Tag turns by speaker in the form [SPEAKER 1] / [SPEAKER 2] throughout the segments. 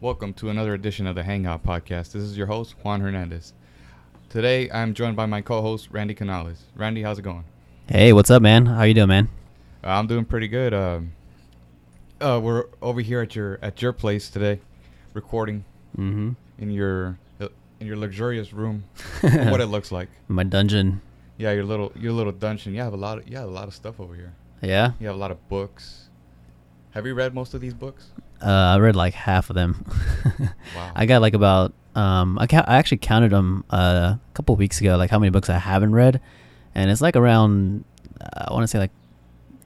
[SPEAKER 1] Welcome to another edition of the Hangout Podcast. This is your host, Juan Hernandez. Today, I'm joined by my co host, Randy Canales. Randy, how's it going?
[SPEAKER 2] Hey, what's up, man? How you doing, man?
[SPEAKER 1] Uh, I'm doing pretty good. Um, uh, we're over here at your at your place today, recording
[SPEAKER 2] Mm-hmm.
[SPEAKER 1] in your uh, in your luxurious room. what it looks like.
[SPEAKER 2] My dungeon.
[SPEAKER 1] Yeah, your little your little dungeon. You have a lot of you have a lot of stuff over here.
[SPEAKER 2] Yeah.
[SPEAKER 1] You have a lot of books. Have you read most of these books?
[SPEAKER 2] Uh, I read like half of them.
[SPEAKER 1] Wow.
[SPEAKER 2] I got like about um, I ca- I actually counted them uh, a couple weeks ago, like how many books I haven't read, and it's like around uh, I want to say like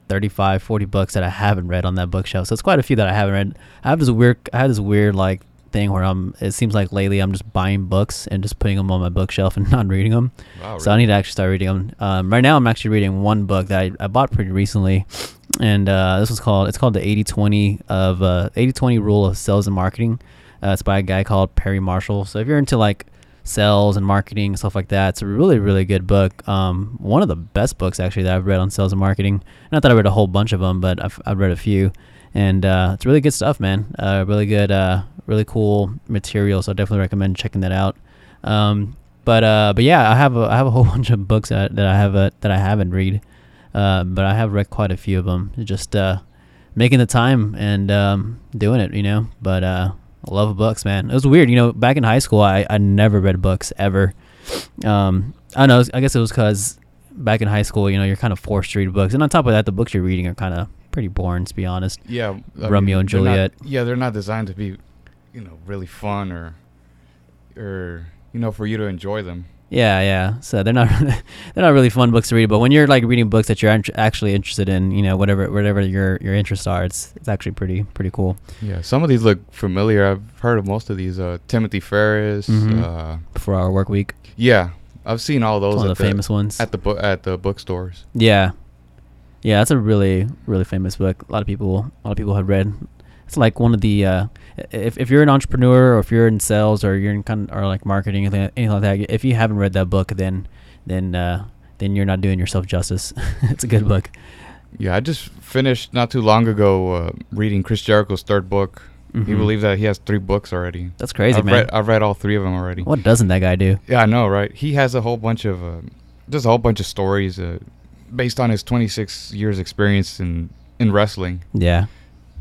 [SPEAKER 2] 35, 40 books that I haven't read on that bookshelf. So it's quite a few that I haven't read. I have this weird, I have this weird like thing where I'm. It seems like lately I'm just buying books and just putting them on my bookshelf and not reading them.
[SPEAKER 1] Wow,
[SPEAKER 2] So I
[SPEAKER 1] really?
[SPEAKER 2] need to actually start reading them. Um, right now, I'm actually reading one book that I, I bought pretty recently, and uh, this was called it's called the 80-20 of uh, 80-20 rule of sales and marketing. Uh, it's by a guy called Perry Marshall. So if you're into like sales and marketing and stuff like that, it's a really really good book. Um, one of the best books actually that I've read on sales and marketing. Not that I read a whole bunch of them, but I've, I've read a few, and uh, it's really good stuff, man. Uh, really good, uh, really cool material. So I definitely recommend checking that out. Um, but uh, but yeah, I have a, I have a whole bunch of books that, that I have uh that I haven't read, uh, but I have read quite a few of them. Just uh, making the time and um, doing it, you know. But uh, I love books, man. It was weird, you know. Back in high school, I, I never read books ever. Um, I don't know. I guess it was because back in high school, you know, you're kind of forced to read books, and on top of that, the books you're reading are kind of pretty boring, to be honest.
[SPEAKER 1] yeah,
[SPEAKER 2] Romeo and
[SPEAKER 1] they're not-
[SPEAKER 2] Juliet.
[SPEAKER 1] yeah, they're not designed to be, you know, really fun or, or you know, for you to enjoy them.
[SPEAKER 2] Yeah, yeah. So they're not they're not really fun books to read, but when you're like reading books that you're int- actually interested in, you know, whatever whatever your your interests are, it's it's actually pretty pretty cool.
[SPEAKER 1] Yeah, some of these look familiar. I've heard of most of these. Uh, Timothy Ferris.
[SPEAKER 2] Mhm.
[SPEAKER 1] Uh,
[SPEAKER 2] For our work week,
[SPEAKER 1] yeah, I've seen all
[SPEAKER 2] it's
[SPEAKER 1] those.
[SPEAKER 2] one
[SPEAKER 1] at
[SPEAKER 2] of the famous ones.
[SPEAKER 1] at the book at the bookstores.
[SPEAKER 2] yeah, yeah. That's a really really famous book. A lot of people a lot of people have read. It's like one of the uh, if if you're an entrepreneur or if you're in sales or you're in kind or like marketing anything, anything like that. If you haven't read that book, then then uh, then you're not doing yourself justice. it's a good book.
[SPEAKER 1] Yeah, I just finished not too long ago uh, reading Chris Jericho's third book. You
[SPEAKER 2] Mhm.
[SPEAKER 1] believe that he has three books already?
[SPEAKER 2] That's crazy,
[SPEAKER 1] I've
[SPEAKER 2] man.
[SPEAKER 1] Read, I've read all three of them already.
[SPEAKER 2] What doesn't that guy do?
[SPEAKER 1] Yeah, I know, right? He has a whole bunch of uh, just a whole bunch of stories uh, based on his 26 years experience in in wrestling.
[SPEAKER 2] Yeah.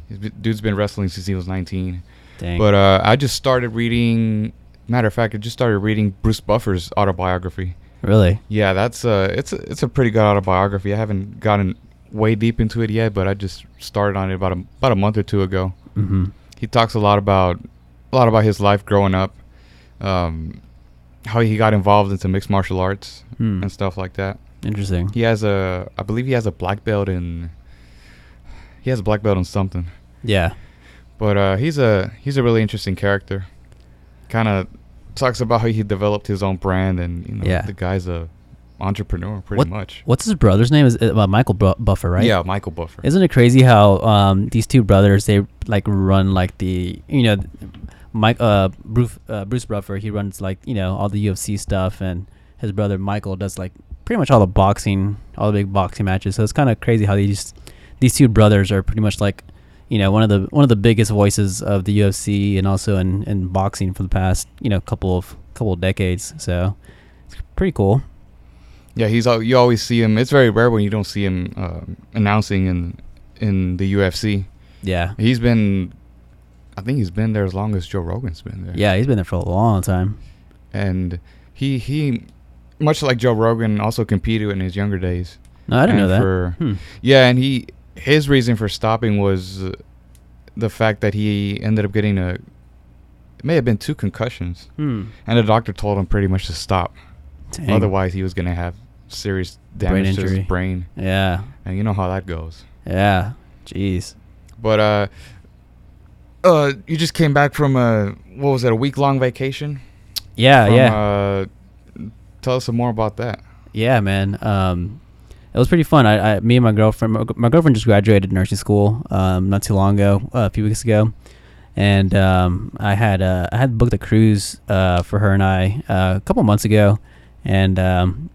[SPEAKER 1] He's be- dude's been wrestling since he was 19.
[SPEAKER 2] Dang.
[SPEAKER 1] But uh, I just started reading. Matter of fact, I just started reading Bruce Buffer's autobiography.
[SPEAKER 2] really?
[SPEAKER 1] Yeah, that's uh, it's a, it's a pretty good autobiography. I haven't gotten way deep into it yet, but I just started on it about a, about a month or two ago.
[SPEAKER 2] Mm-hmm.
[SPEAKER 1] He talks a lot about a lot about his life growing up, um, how he got involved into mixed martial arts
[SPEAKER 2] Hmm.
[SPEAKER 1] and stuff like that.
[SPEAKER 2] Interesting.
[SPEAKER 1] He has a, I believe he has a black belt in, he has a black belt in something.
[SPEAKER 2] Yeah.
[SPEAKER 1] But uh, he's a he's a really interesting character. Kind of talks about how he developed his own brand, and you know,
[SPEAKER 2] Yeah.
[SPEAKER 1] the guy's a entrepreneur pretty
[SPEAKER 2] What-
[SPEAKER 1] much.
[SPEAKER 2] What's his brother's name? Is uh, Michael Bu- Buffer, right?
[SPEAKER 1] Yeah, Michael Buffer.
[SPEAKER 2] Isn't it crazy how um, these two brothers they like run like the you know, Mike uh, Bruce uh, Bruce Buffer he runs like you know all the UFC stuff and his brother Michael does like pretty much all the boxing all the big boxing matches. So it's kind of crazy how these these two brothers are pretty much like you know one of the one of the biggest voices of the UFC and also in, in boxing for the past you know couple of couple of decades. So it's pretty cool.
[SPEAKER 1] yeah, he's al- you always see him. It's very rare when you don't see him um announcing in in the UFC.
[SPEAKER 2] Yeah.
[SPEAKER 1] He's been, I think he's been there as long as Joe Rogan's been there.
[SPEAKER 2] Yeah, he's been there for a long time.
[SPEAKER 1] and he he, much like Joe Rogan, also competed in his younger days.
[SPEAKER 2] No, I didn't know
[SPEAKER 1] And
[SPEAKER 2] that.
[SPEAKER 1] for-
[SPEAKER 2] hmm.
[SPEAKER 1] Yeah, and he his reason for stopping was uh, the fact that he ended up getting a it may have been two concussions,
[SPEAKER 2] Hmm.
[SPEAKER 1] and the doctor told him pretty much to stop.
[SPEAKER 2] Dang.
[SPEAKER 1] Otherwise, he was gonna have serious
[SPEAKER 2] Brain
[SPEAKER 1] damage to his
[SPEAKER 2] injury.
[SPEAKER 1] brain,
[SPEAKER 2] Yeah.
[SPEAKER 1] and you know how that goes.
[SPEAKER 2] Yeah. Jeez.
[SPEAKER 1] But uh, uh, you just came back from a what was it a week long vacation?
[SPEAKER 2] Yeah.
[SPEAKER 1] From,
[SPEAKER 2] Uh, yeah.
[SPEAKER 1] Uh, tell us some more about that.
[SPEAKER 2] Yeah, man. Um, it was pretty fun. I, I, me and my girlfriend, my, my girlfriend just graduated nursing school, um, not too long ago, uh, a few weeks ago, and um, I had, uh, I had booked a cruise, uh, for her and I, uh, a couple months ago, and um,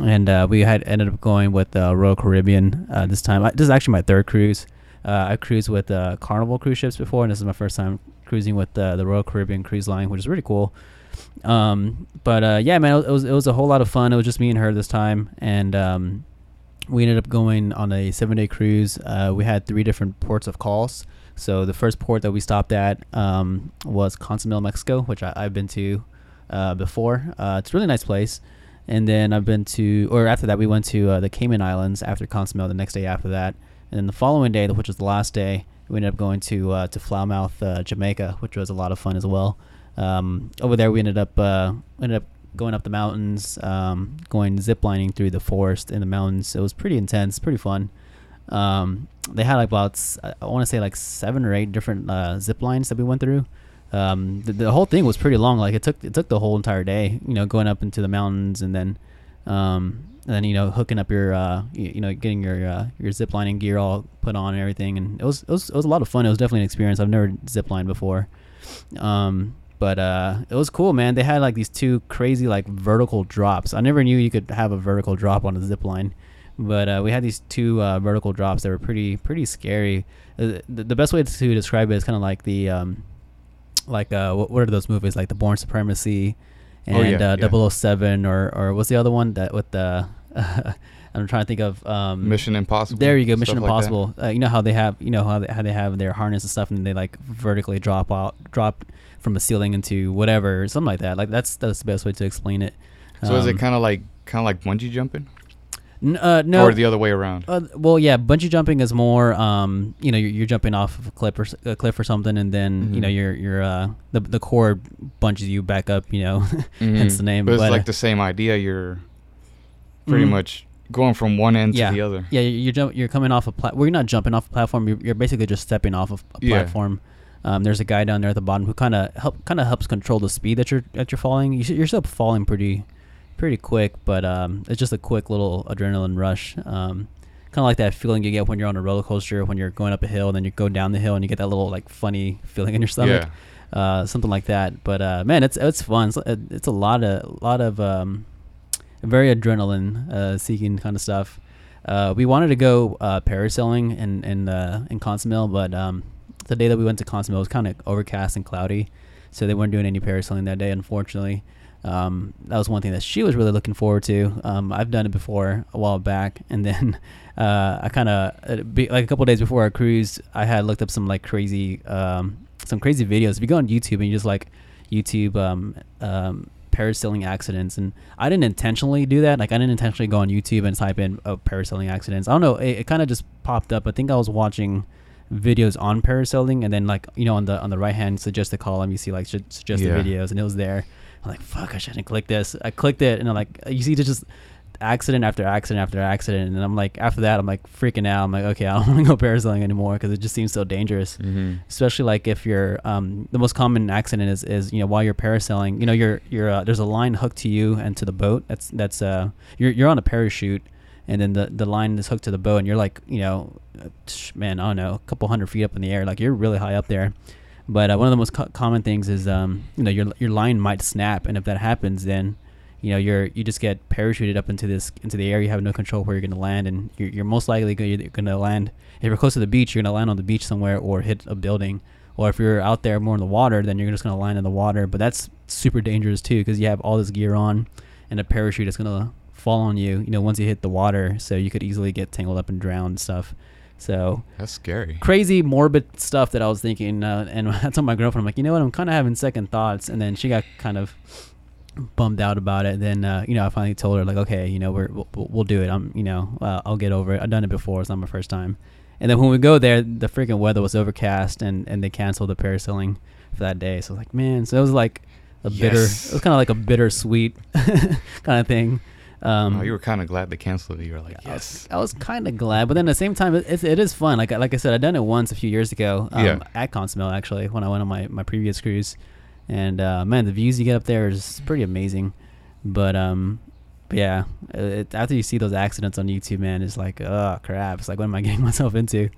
[SPEAKER 2] and uh, we had ended up going with uh, Royal Caribbean uh, this time. I, this is actually my third cruise. Uh, I cruised with uh, Carnival cruise ships before, and this is my first time cruising cruising with uh, the Royal Caribbean Cruise Line, which is really cool. Um, but uh, yeah, man, it was it was a whole lot of fun. It was just me and her this time, and um, we ended up going on a seven day cruise. Uh, we had three different ports of calls. So the first port that we stopped at um, was Consuelo, Mexico, which I, I've been to uh, before. Uh, it's a really nice place. And then I've been to, or after that, we went to uh, the Cayman Islands after Consuelo the next day after that. And then the following day, which was the last day, we ended up going to uh, to Falmouth, uh, Jamaica, which was a lot of fun as well. Um, over there, we ended up uh, ended up going up the mountains, um, going ziplining through the forest in the mountains. It was pretty intense, pretty fun. Um, they had like about s- I want to say like seven or eight different uh, zip lines that we went through. Um, the, the whole thing was pretty long. Like it took it took the whole entire day. You know, going up into the mountains and then um, and then you know hooking up your uh, you, you know getting your uh, your zip lining gear all put on and everything. And it was it was it was a lot of fun. It was definitely an experience. I've never zip lined before. Um, but uh, it was cool, man. They had like these two crazy like vertical drops. I never knew you could have a vertical drop on a zip line, but uh, we had these two uh, vertical drops that were pretty pretty scary. Uh, The, the best way to describe it is kind of like the um, like uh, what, what are those movies like the Born Supremacy and
[SPEAKER 1] Oh, yeah, yeah.
[SPEAKER 2] uh, 007 or or what's the other one that with the I'm trying to think of um,
[SPEAKER 1] Mission Impossible.
[SPEAKER 2] there you go, Mission
[SPEAKER 1] stuff like that.
[SPEAKER 2] Impossible. uh, you know how they have, you know how they, how they have their harness and stuff, and they like vertically drop out, drop from a ceiling into whatever, something like that. Like that's that's the best way to explain it.
[SPEAKER 1] So is it
[SPEAKER 2] Um,
[SPEAKER 1] kind of like kind of like bungee jumping,
[SPEAKER 2] n- uh, no?
[SPEAKER 1] or the other way around?
[SPEAKER 2] Uh, well, yeah, bungee jumping is more, um, you know, you're, you're jumping off of a cliff or s- a cliff or something, and then you
[SPEAKER 1] Mhm.
[SPEAKER 2] know, your your uh, the the cord bunches you back up, you know, hence
[SPEAKER 1] Mhm.
[SPEAKER 2] the name.
[SPEAKER 1] But it's
[SPEAKER 2] but, uh,
[SPEAKER 1] like the same idea. You're pretty
[SPEAKER 2] Mhm.
[SPEAKER 1] much going from one end
[SPEAKER 2] Yeah.
[SPEAKER 1] to the other.
[SPEAKER 2] Yeah, you- you're jump, you're coming off a plat. Well, you're not jumping off a platform. You're, you're basically just stepping off of a
[SPEAKER 1] Yeah.
[SPEAKER 2] platform. Um, there's a guy down there at the bottom who kind of help kind of helps control the speed that you're that you're falling. You, s- you're still falling pretty pretty quick, but um, it's just a quick little adrenaline rush. Um, kind of like that feeling you get when you're on a roller coaster when you're going up a hill and then you go down the hill and you get that little like funny feeling in your stomach
[SPEAKER 1] Yeah.
[SPEAKER 2] uh, something like that. But uh, man, it's it's fun. It's, it's a lot of lot of um, very adrenaline uh, seeking kind of stuff. Uh, we wanted to go uh, parasailing in in uh, in Consumel, but um, the day that we went to Consumel it was kind of overcast and cloudy, so they weren't doing any parasailing that day, unfortunately. Um, that was one thing that she was really looking forward to. Um, I've done it before a while back, and then uh, I kind of be like a couple days before our cruise, I had looked up some like crazy um, some crazy videos. If you go on YouTube and you just like YouTube um, um, parasailing accidents, and I didn't intentionally do that. Like I didn't intentionally go on YouTube and type in oh, parasailing accidents. I don't know. It, it kind of just popped up. I think I was watching videos on parasailing, and then like you know on the on the right hand suggested column, you see like su- suggested
[SPEAKER 1] Yeah.
[SPEAKER 2] videos, and it was there. I'm like, fuck, I shouldn't click this. I clicked it, and I'm like, you see, just accident after accident after accident, and I'm like, after that, I'm like freaking out. I'm like, okay, I don't want to go parasailing anymore because it just seems so dangerous
[SPEAKER 1] Mm-hmm.
[SPEAKER 2] especially like if you're um, the most common accident is, is you know while you're parasailing you know you're you're uh, there's a line hooked to you and to the boat that's that's uh you're, you're on a parachute and then the, the line is hooked to the boat and you're like you know uh, tsh, man i don't know a couple hundred feet up in the air like you're really high up there but uh, one of the most co- common things is um you know your your line might snap and if that happens then you know you're you just get parachuted up into this into the air you have no control where you're going to land and you're, you're most likely go- you're going to land if you're close to the beach you're going to land on the beach somewhere or hit a building or if you're out there more in the water then you're just going to land in the water but that's super dangerous too because you have all this gear on and a parachute is going to fall on you you know once you hit the water so you could easily get tangled up and drown and stuff so
[SPEAKER 1] That's scary.
[SPEAKER 2] crazy morbid stuff that I was thinking, uh, and I told my girlfriend, I'm like, you know what, I'm kind of having second thoughts, and then she got kind of bummed out about it. Then uh, you know, I finally told her like, okay, you know, we're, we'll, we'll do it. I'm, you know, uh, I'll get over it. I've done it before. It's not my first time. And then when we go there, the freaking weather was overcast, and and they canceled the parasailing for that day. So I was like, man, so it was like a bitter.
[SPEAKER 1] Yes.
[SPEAKER 2] It was kind of like a bittersweet kind of thing. Um,
[SPEAKER 1] oh, you were kind of glad they canceled it. You were like,
[SPEAKER 2] I
[SPEAKER 1] yes.
[SPEAKER 2] was- I was, kind of glad, but then at the same time, it, it's it is fun. Like I- like I said, I done it once a few years ago um,
[SPEAKER 1] Yeah.
[SPEAKER 2] at Consumel actually when I went on my, my previous cruise, and uh, man, the views you get up there is pretty amazing. But um, but yeah, it, after you see those accidents on YouTube, man, it's like oh crap, it's like what am I getting myself into?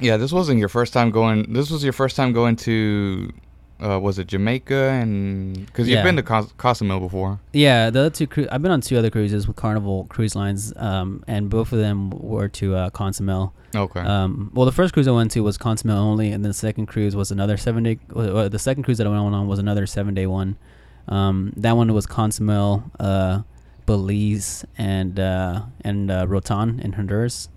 [SPEAKER 1] Yeah, this wasn't your first time going. This was your first time going to uh, was it Jamaica and because you've
[SPEAKER 2] Yeah.
[SPEAKER 1] been to Cos- Cozumel before.
[SPEAKER 2] Yeah, the other two. Cru- I've been on two other cruises with Carnival Cruise Lines, um, and both of them were to uh, Consummel.
[SPEAKER 1] Okay.
[SPEAKER 2] Um, well, the first cruise I went to was Consummel only, and then the second cruise was another seven day. Uh, the second cruise that I went on was another seven day one. Um, that one was Consummel, uh, Belize, and uh, and uh, Rotan in Honduras.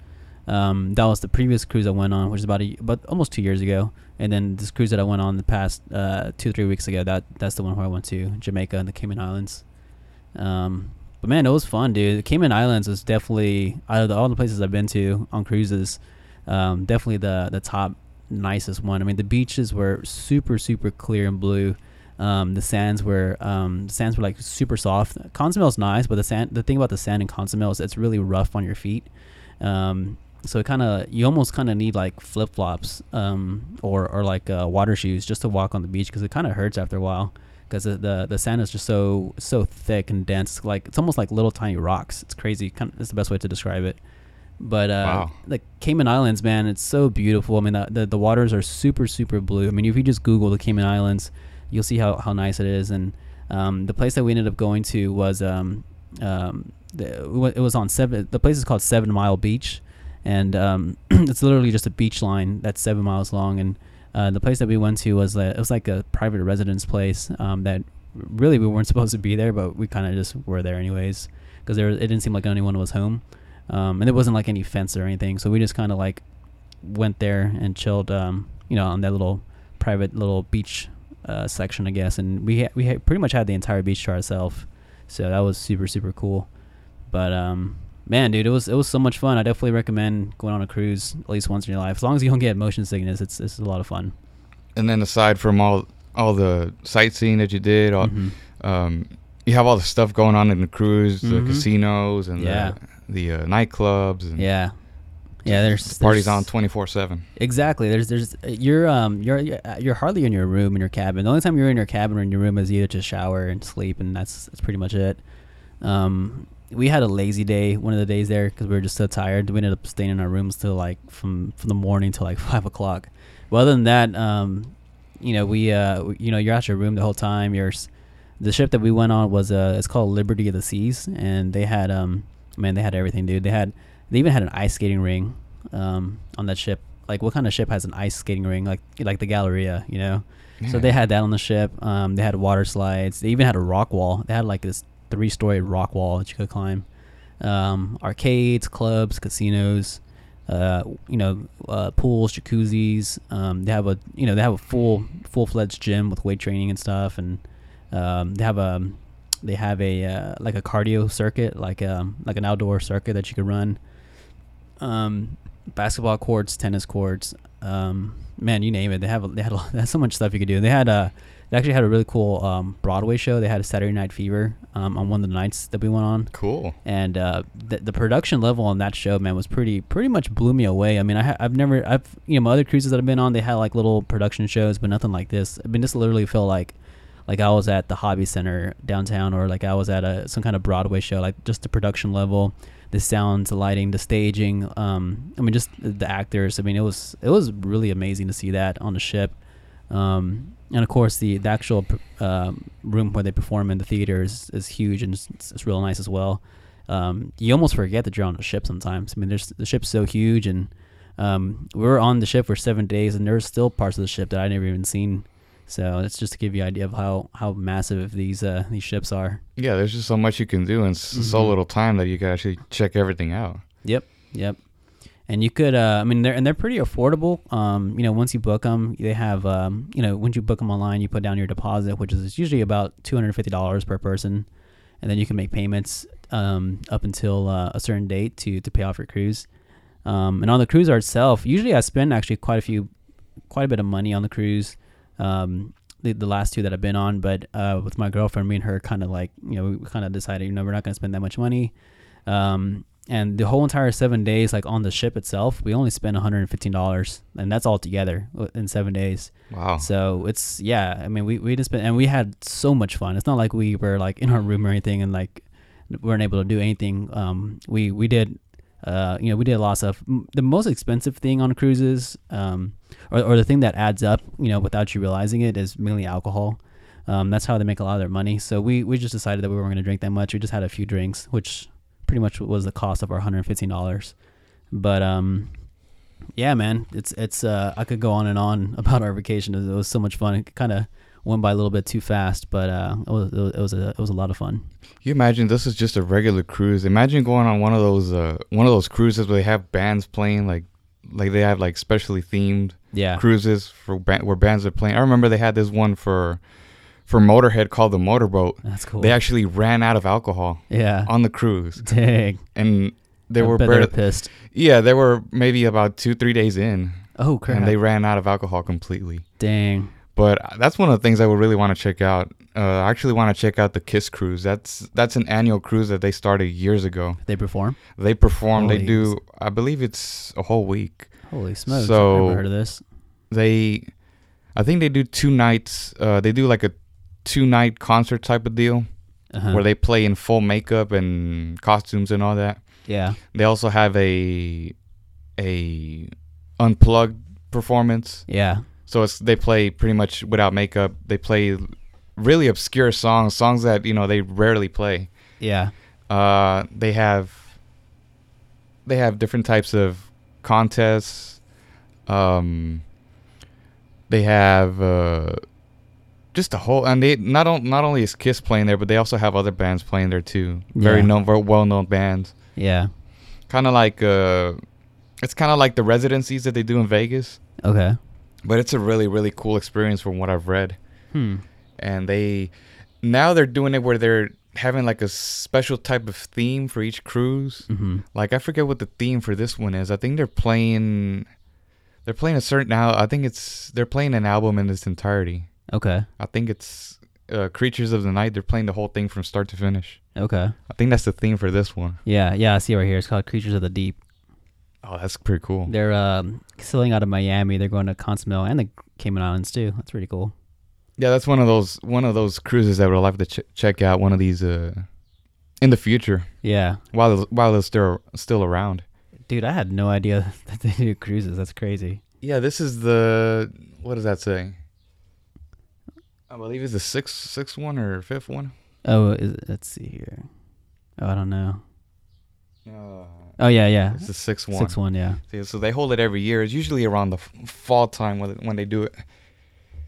[SPEAKER 2] Um, that was the previous cruise I went on, which is about a, about almost two years ago. And then this cruise that I went on the past uh, two three weeks ago, that that's the one where I went to Jamaica and the Cayman Islands. Um, but man, it was fun, dude. The Cayman Islands was definitely out of the, all the places I've been to on cruises, um, definitely the the top nicest one. I mean, the beaches were super super clear and blue. Um, the sands were um, the sands were like super soft. Consumel's nice, but the sand the thing about the sand in Consumel is it's really rough on your feet. Um, so it kind of you almost kind of need like flip flops um, or or like uh, water shoes just to walk on the beach because it kind of hurts after a while because the, the the sand is just so so thick and dense. Like it's almost like little tiny rocks. It's crazy. Kind it's the best way to describe it. But uh,
[SPEAKER 1] Wow.
[SPEAKER 2] the Cayman Islands, man, it's so beautiful. I mean, the, the the waters are super super blue. I mean, if you just Google the Cayman Islands, you'll see how, how nice it is. And um, the place that we ended up going to was um, um, the, it wa- it was on seven. The place is called Seven Mile Beach, and um, it's literally just a beach line that's seven miles long. And uh, the place that we went to was uh, it was like a private residence place um, that really we weren't supposed to be there, but we kind of just were there anyways because there it didn't seem like anyone was home, um, and there wasn't like any fence or anything. So we just kind of like went there and chilled, um, you know, on that little private little beach uh, section, I guess. And we ha- we ha- pretty much had the entire beach to ourselves, so that was super super cool. But um, man, dude, it was it was so much fun. I definitely recommend going on a cruise at least once in your life, as long as you don't get motion sickness. It's it's a lot of fun.
[SPEAKER 1] and then aside from all all the sightseeing that you did, all,
[SPEAKER 2] Mhm.
[SPEAKER 1] um, you have all the stuff going on in the cruise,
[SPEAKER 2] Mhm.
[SPEAKER 1] the casinos, and
[SPEAKER 2] Yeah.
[SPEAKER 1] the the uh, nightclubs, and
[SPEAKER 2] Yeah, yeah. There's
[SPEAKER 1] the parties
[SPEAKER 2] there's-
[SPEAKER 1] on twenty four seven.
[SPEAKER 2] Exactly. There's there's you're um you're you're you're hardly in your room in your cabin. The only time you're in your cabin or in your room is either to shower and sleep, and that's that's pretty much it. Um, we had a lazy day one of the days there because we were just so tired. We ended up staying in our rooms till like from from the morning till like five o'clock. But other than that, um, you know we uh w- you know you're at your room the whole time. You're s- the ship that we went on was uh it's called Liberty of the Seas, and they had um man they had everything, dude. They had they even had an ice skating ring um on that ship. Like what kind of ship has an ice skating ring? Like like the Galleria, you know. So they
[SPEAKER 1] Yeah.
[SPEAKER 2] had that on the ship. Um, they had water slides. They even had a rock wall. They had like this three-story rock wall that you could climb. Um, arcades, clubs, casinos, uh, you know, uh, pools, jacuzzis. Um, they have a you know they have a full full-fledged gym with weight training and stuff, and um, they have a they have a uh, like a cardio circuit, like um like an outdoor circuit that you could run. Um, basketball courts, tennis courts. Um, man, you name it. They have a, they had a, lot- they had so much stuff you could do. They had a they actually had a really cool um, Broadway show. They had a Saturday Night Fever um, on one of the nights that we went on
[SPEAKER 1] Cool.
[SPEAKER 2] and uh, the, the production level on that show, man, was pretty pretty much blew me away. I mean, I, ha- I've never, I've you know, my other cruises that I've been on, they had like little production shows, but nothing like this. I mean, this literally felt like like I was at the Hobby Center downtown, or like I was at a some kind of Broadway show. Like just the production level, the sounds, the lighting, the staging. Um, I mean, just the actors. I mean, it was it was really amazing to see that on the ship. Um, and of course, the, the actual pr- um room where they perform in the theater is, is huge and it's, it's real nice as well. Um, you almost forget that you're on a ship sometimes. I mean, there's, the ship's so huge, and um, we were on the ship for seven days, and there's still parts of the ship that I never even seen. So it's just to give you an idea of how, how massive these uh, these ships are.
[SPEAKER 1] Yeah, there's just so much you can do in s so
[SPEAKER 2] Mhm.
[SPEAKER 1] little time that you can actually check everything out.
[SPEAKER 2] Yep, yep. And you could, uh, I mean, they're and they're pretty affordable. Um, you know, once you book them, they have, um, you know, once you book them online, you put down your deposit, which is usually about two hundred fifty dollars per person, and then you can make payments um, up until uh, a certain date to to pay off your cruise. Um, and on the cruise itself, usually I spend actually quite a few, quite a bit of money on the cruise. Um, the, the last two that I've been on, but uh, with my girlfriend, me and her kind of like, you know, we kind of decided, you know, we're not going to spend that much money. Um, and the whole entire seven days, like on the ship itself, we only spent $115, and that's all together w- in seven days.
[SPEAKER 1] Wow.
[SPEAKER 2] So it's yeah. I mean, we we just been and we had so much fun. It's not like we were like in our room or anything and like weren't able to do anything. Um, we we did, uh, you know, we did a lot of stuff. M- The most expensive thing on cruises, um, or, or the thing that adds up, you know, without you realizing it, is mainly alcohol. Um, that's how they make a lot of their money. So we we just decided that we weren't going to drink that much. We just had a few drinks, which pretty much was the cost of our hundred and fifteen dollars. But um, yeah, man, it's it's uh, I could go on and on about our vacation. It was, it was so much fun. It kind of went by a little bit too fast, but uh, it was it was a it was a lot of fun.
[SPEAKER 1] You imagine this is just a regular cruise. Imagine going on one of those uh, one of those cruises where they have bands playing like like they have like specially themed
[SPEAKER 2] Yeah,
[SPEAKER 1] cruises for ban- where bands are playing. I remember they had this one for for Motorhead called the Motorboat.
[SPEAKER 2] that's cool.
[SPEAKER 1] They actually ran out of alcohol
[SPEAKER 2] yeah,
[SPEAKER 1] on the cruise,
[SPEAKER 2] dang,
[SPEAKER 1] and they
[SPEAKER 2] I
[SPEAKER 1] were
[SPEAKER 2] bet they
[SPEAKER 1] barely,
[SPEAKER 2] were pissed.
[SPEAKER 1] yeah they were maybe about two three days in,
[SPEAKER 2] Oh crap!
[SPEAKER 1] and they ran out of alcohol completely.
[SPEAKER 2] dang,
[SPEAKER 1] But that's one of the things I would really want to check out. Uh, I actually want to check out the Kiss Cruise. That's that's an annual cruise that they started years ago.
[SPEAKER 2] they perform.
[SPEAKER 1] They perform. They
[SPEAKER 2] Holy
[SPEAKER 1] do. I believe it's a whole week.
[SPEAKER 2] Holy smokes! I've
[SPEAKER 1] So-
[SPEAKER 2] never heard of this.
[SPEAKER 1] They, I think they do two nights. Uh, they do like a two night concert type of deal
[SPEAKER 2] Uh-huh.
[SPEAKER 1] where they play in full makeup and costumes and all that.
[SPEAKER 2] Yeah.
[SPEAKER 1] They also have a a unplugged performance.
[SPEAKER 2] Yeah.
[SPEAKER 1] So it's they play pretty much without makeup. They play really obscure songs, songs that you know they rarely play.
[SPEAKER 2] Yeah.
[SPEAKER 1] Uh, they have they have different types of contests. Um, they have uh, just a whole and they not on, not only is Kiss playing there, but they also have other bands playing there too. Very
[SPEAKER 2] Yeah.
[SPEAKER 1] known, very well known bands.
[SPEAKER 2] Yeah.
[SPEAKER 1] Kind of like uh, it's kind of like the residencies that they do in Vegas,
[SPEAKER 2] Okay.
[SPEAKER 1] but it's a really really cool experience from what I've read.
[SPEAKER 2] Hmm.
[SPEAKER 1] and they now they're doing it where they're having like a special type of theme for each cruise.
[SPEAKER 2] Mm-hmm.
[SPEAKER 1] Like I forget what the theme for this one is. I think they're playing they're playing a certain now. I think it's they're playing an album in its entirety.
[SPEAKER 2] Okay.
[SPEAKER 1] I think it's uh, Creatures of the Night. They're playing the whole thing from start to finish.
[SPEAKER 2] Okay.
[SPEAKER 1] I think that's the theme for this one.
[SPEAKER 2] Yeah. Yeah. I see it right here. It's called Creatures of the Deep.
[SPEAKER 1] Oh, that's pretty cool.
[SPEAKER 2] They're um, sailing out of Miami. They're going to Consumel and the Cayman Islands too. That's pretty cool.
[SPEAKER 1] Yeah, that's one of those one of those cruises that we'll have to ch- check out one of these uh, in the future
[SPEAKER 2] Yeah.
[SPEAKER 1] while while it's still still around.
[SPEAKER 2] Dude, I had no idea that they do cruises. That's crazy.
[SPEAKER 1] Yeah, this is the what does that say? I believe it's the sixth sixth one or fifth one.
[SPEAKER 2] Oh, is, let's see here. Oh, I don't know.
[SPEAKER 1] Uh,
[SPEAKER 2] Oh yeah, yeah.
[SPEAKER 1] it's the sixth one.
[SPEAKER 2] Six one. Yeah.
[SPEAKER 1] See, So they hold it every year. It's usually around the f- fall time when when they do it.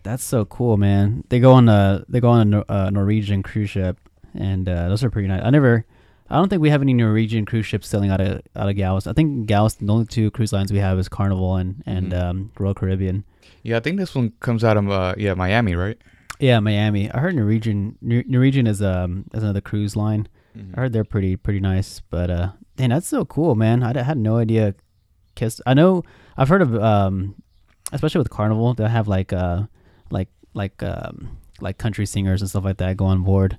[SPEAKER 2] That's so cool, man. They go on a they go on a Nor- uh, Norwegian cruise ship, and uh, those are pretty nice. I never, I don't think we have any Norwegian cruise ships sailing out of out of Galveston. I think Galveston, the only two cruise lines we have is Carnival and and
[SPEAKER 1] Mhm.
[SPEAKER 2] um, Royal Caribbean.
[SPEAKER 1] Yeah, I think this one comes out of uh, yeah Miami, right?
[SPEAKER 2] Yeah, Miami. I heard Norwegian Nor- Norwegian is um is another cruise line. I heard they're pretty pretty nice, but uh, man, that's so cool, man. I d- had no idea. Kiss. I know I've heard of um, especially with Carnival, they have like uh, like like um, like country singers and stuff like that go on board.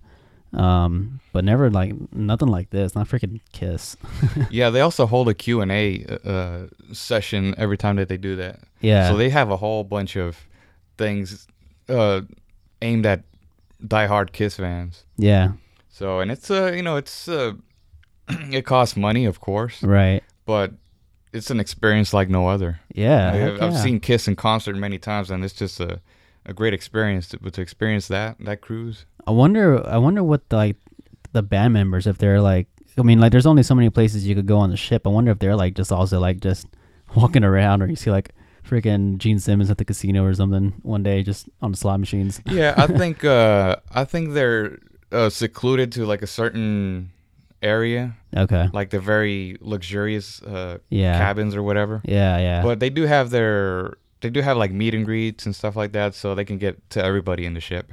[SPEAKER 2] Um, but never like nothing like this. Not freaking Kiss.
[SPEAKER 1] yeah, they also hold a Q and A uh, uh, session every time that they do that.
[SPEAKER 2] Yeah.
[SPEAKER 1] So they have a whole bunch of things uh, aimed at diehard Kiss fans.
[SPEAKER 2] yeah.
[SPEAKER 1] So and it's uh you know it's uh it costs money, of course.
[SPEAKER 2] Right.
[SPEAKER 1] but it's an experience like no other.
[SPEAKER 2] Yeah.
[SPEAKER 1] I,
[SPEAKER 2] heck
[SPEAKER 1] have I've
[SPEAKER 2] yeah.
[SPEAKER 1] seen Kiss in concert many times, and it's just a, a great experience to, to experience that that cruise.
[SPEAKER 2] I wonder. I wonder what the, like the band members if they're like. I mean, like, there's only so many places you could go on the ship. I wonder if they're like just also like just walking around, or you see like freaking Gene Simmons at the casino or something one day, just on the slot machines.
[SPEAKER 1] Yeah, I think uh, I think they're uh, secluded to like a certain area,
[SPEAKER 2] Okay.
[SPEAKER 1] like the very luxurious uh,
[SPEAKER 2] Yeah.
[SPEAKER 1] cabins or whatever.
[SPEAKER 2] Yeah. Yeah.
[SPEAKER 1] But they do have their they do have like meet and greets and stuff like that, so they can get to everybody in the ship.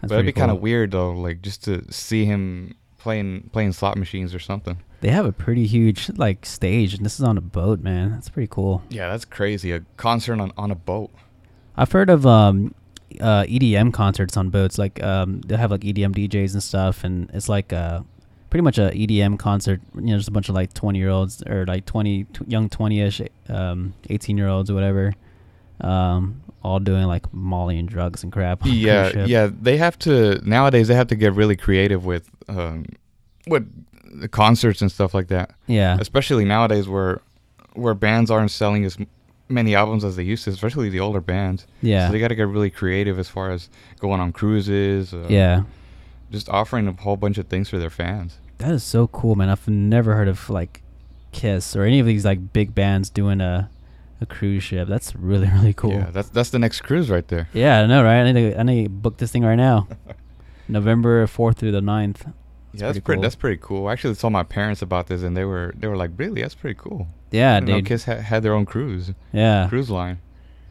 [SPEAKER 2] That's
[SPEAKER 1] but it'd be
[SPEAKER 2] pretty
[SPEAKER 1] kind
[SPEAKER 2] cool.
[SPEAKER 1] of weird though, like just to see him playing playing slot machines or something.
[SPEAKER 2] They have a pretty huge like stage, and this is on a boat, man. That's pretty cool.
[SPEAKER 1] Yeah, that's crazy. A concert on, on a boat.
[SPEAKER 2] I've heard of um, uh, EDM concerts on boats. Like um, they have like EDM DJs and stuff, and it's like uh, pretty much a EDM concert. You know, just a bunch of like twenty year olds or like twenty tw- young twenty ish, um, eighteen year olds or whatever, um, all doing like Molly and drugs and crap. on the cruise
[SPEAKER 1] Yeah,
[SPEAKER 2] ship.
[SPEAKER 1] yeah. They have to nowadays. They have to get really creative with um, with the concerts and stuff like that.
[SPEAKER 2] yeah,
[SPEAKER 1] Especially nowadays, where where bands aren't selling as m- many albums as they used to, especially the older bands.
[SPEAKER 2] Yeah.
[SPEAKER 1] So they got to get really creative as far as going on cruises. Uh,
[SPEAKER 2] yeah.
[SPEAKER 1] Just offering a whole bunch of things for their fans.
[SPEAKER 2] That is so cool, man. I've never heard of like Kiss or any of these like big bands doing a a cruise ship. That's really really cool.
[SPEAKER 1] Yeah, that's that's the next cruise right there.
[SPEAKER 2] Yeah, I know, right? I need to, I need to book this thing right now. November 4th through the 9th.
[SPEAKER 1] yeah, that's
[SPEAKER 2] pretty
[SPEAKER 1] pretty.
[SPEAKER 2] cool.
[SPEAKER 1] That's pretty cool. I actually told my parents about this, and they were they were like, "Really? That's pretty cool."
[SPEAKER 2] Yeah,
[SPEAKER 1] I didn't know
[SPEAKER 2] dude.
[SPEAKER 1] Kiss ha- had their own cruise
[SPEAKER 2] Yeah.
[SPEAKER 1] cruise line.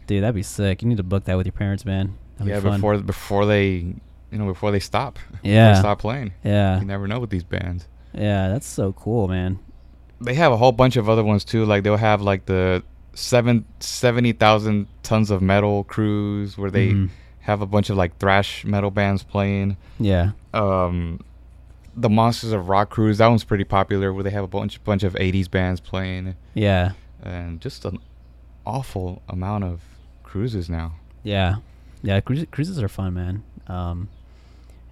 [SPEAKER 2] Dude, that'd be sick. You need to book that with your parents, man. That'd
[SPEAKER 1] yeah,
[SPEAKER 2] be fun.
[SPEAKER 1] before before they you know before they stop. before they
[SPEAKER 2] Yeah.
[SPEAKER 1] stop playing.
[SPEAKER 2] yeah.
[SPEAKER 1] You never know with these bands.
[SPEAKER 2] Yeah, that's so cool, man.
[SPEAKER 1] They have a whole bunch of other ones too. Like they'll have like the seven seventy thousand tons of metal cruise where they
[SPEAKER 2] Mhm.
[SPEAKER 1] have a bunch of like thrash metal bands playing.
[SPEAKER 2] Yeah.
[SPEAKER 1] um the monsters of rock cruise that one's pretty popular where they have a bunch bunch of 80s bands playing
[SPEAKER 2] Yeah.
[SPEAKER 1] and just an awful amount of cruises now
[SPEAKER 2] Yeah, yeah. Cruises, cruises are fun, man. Um,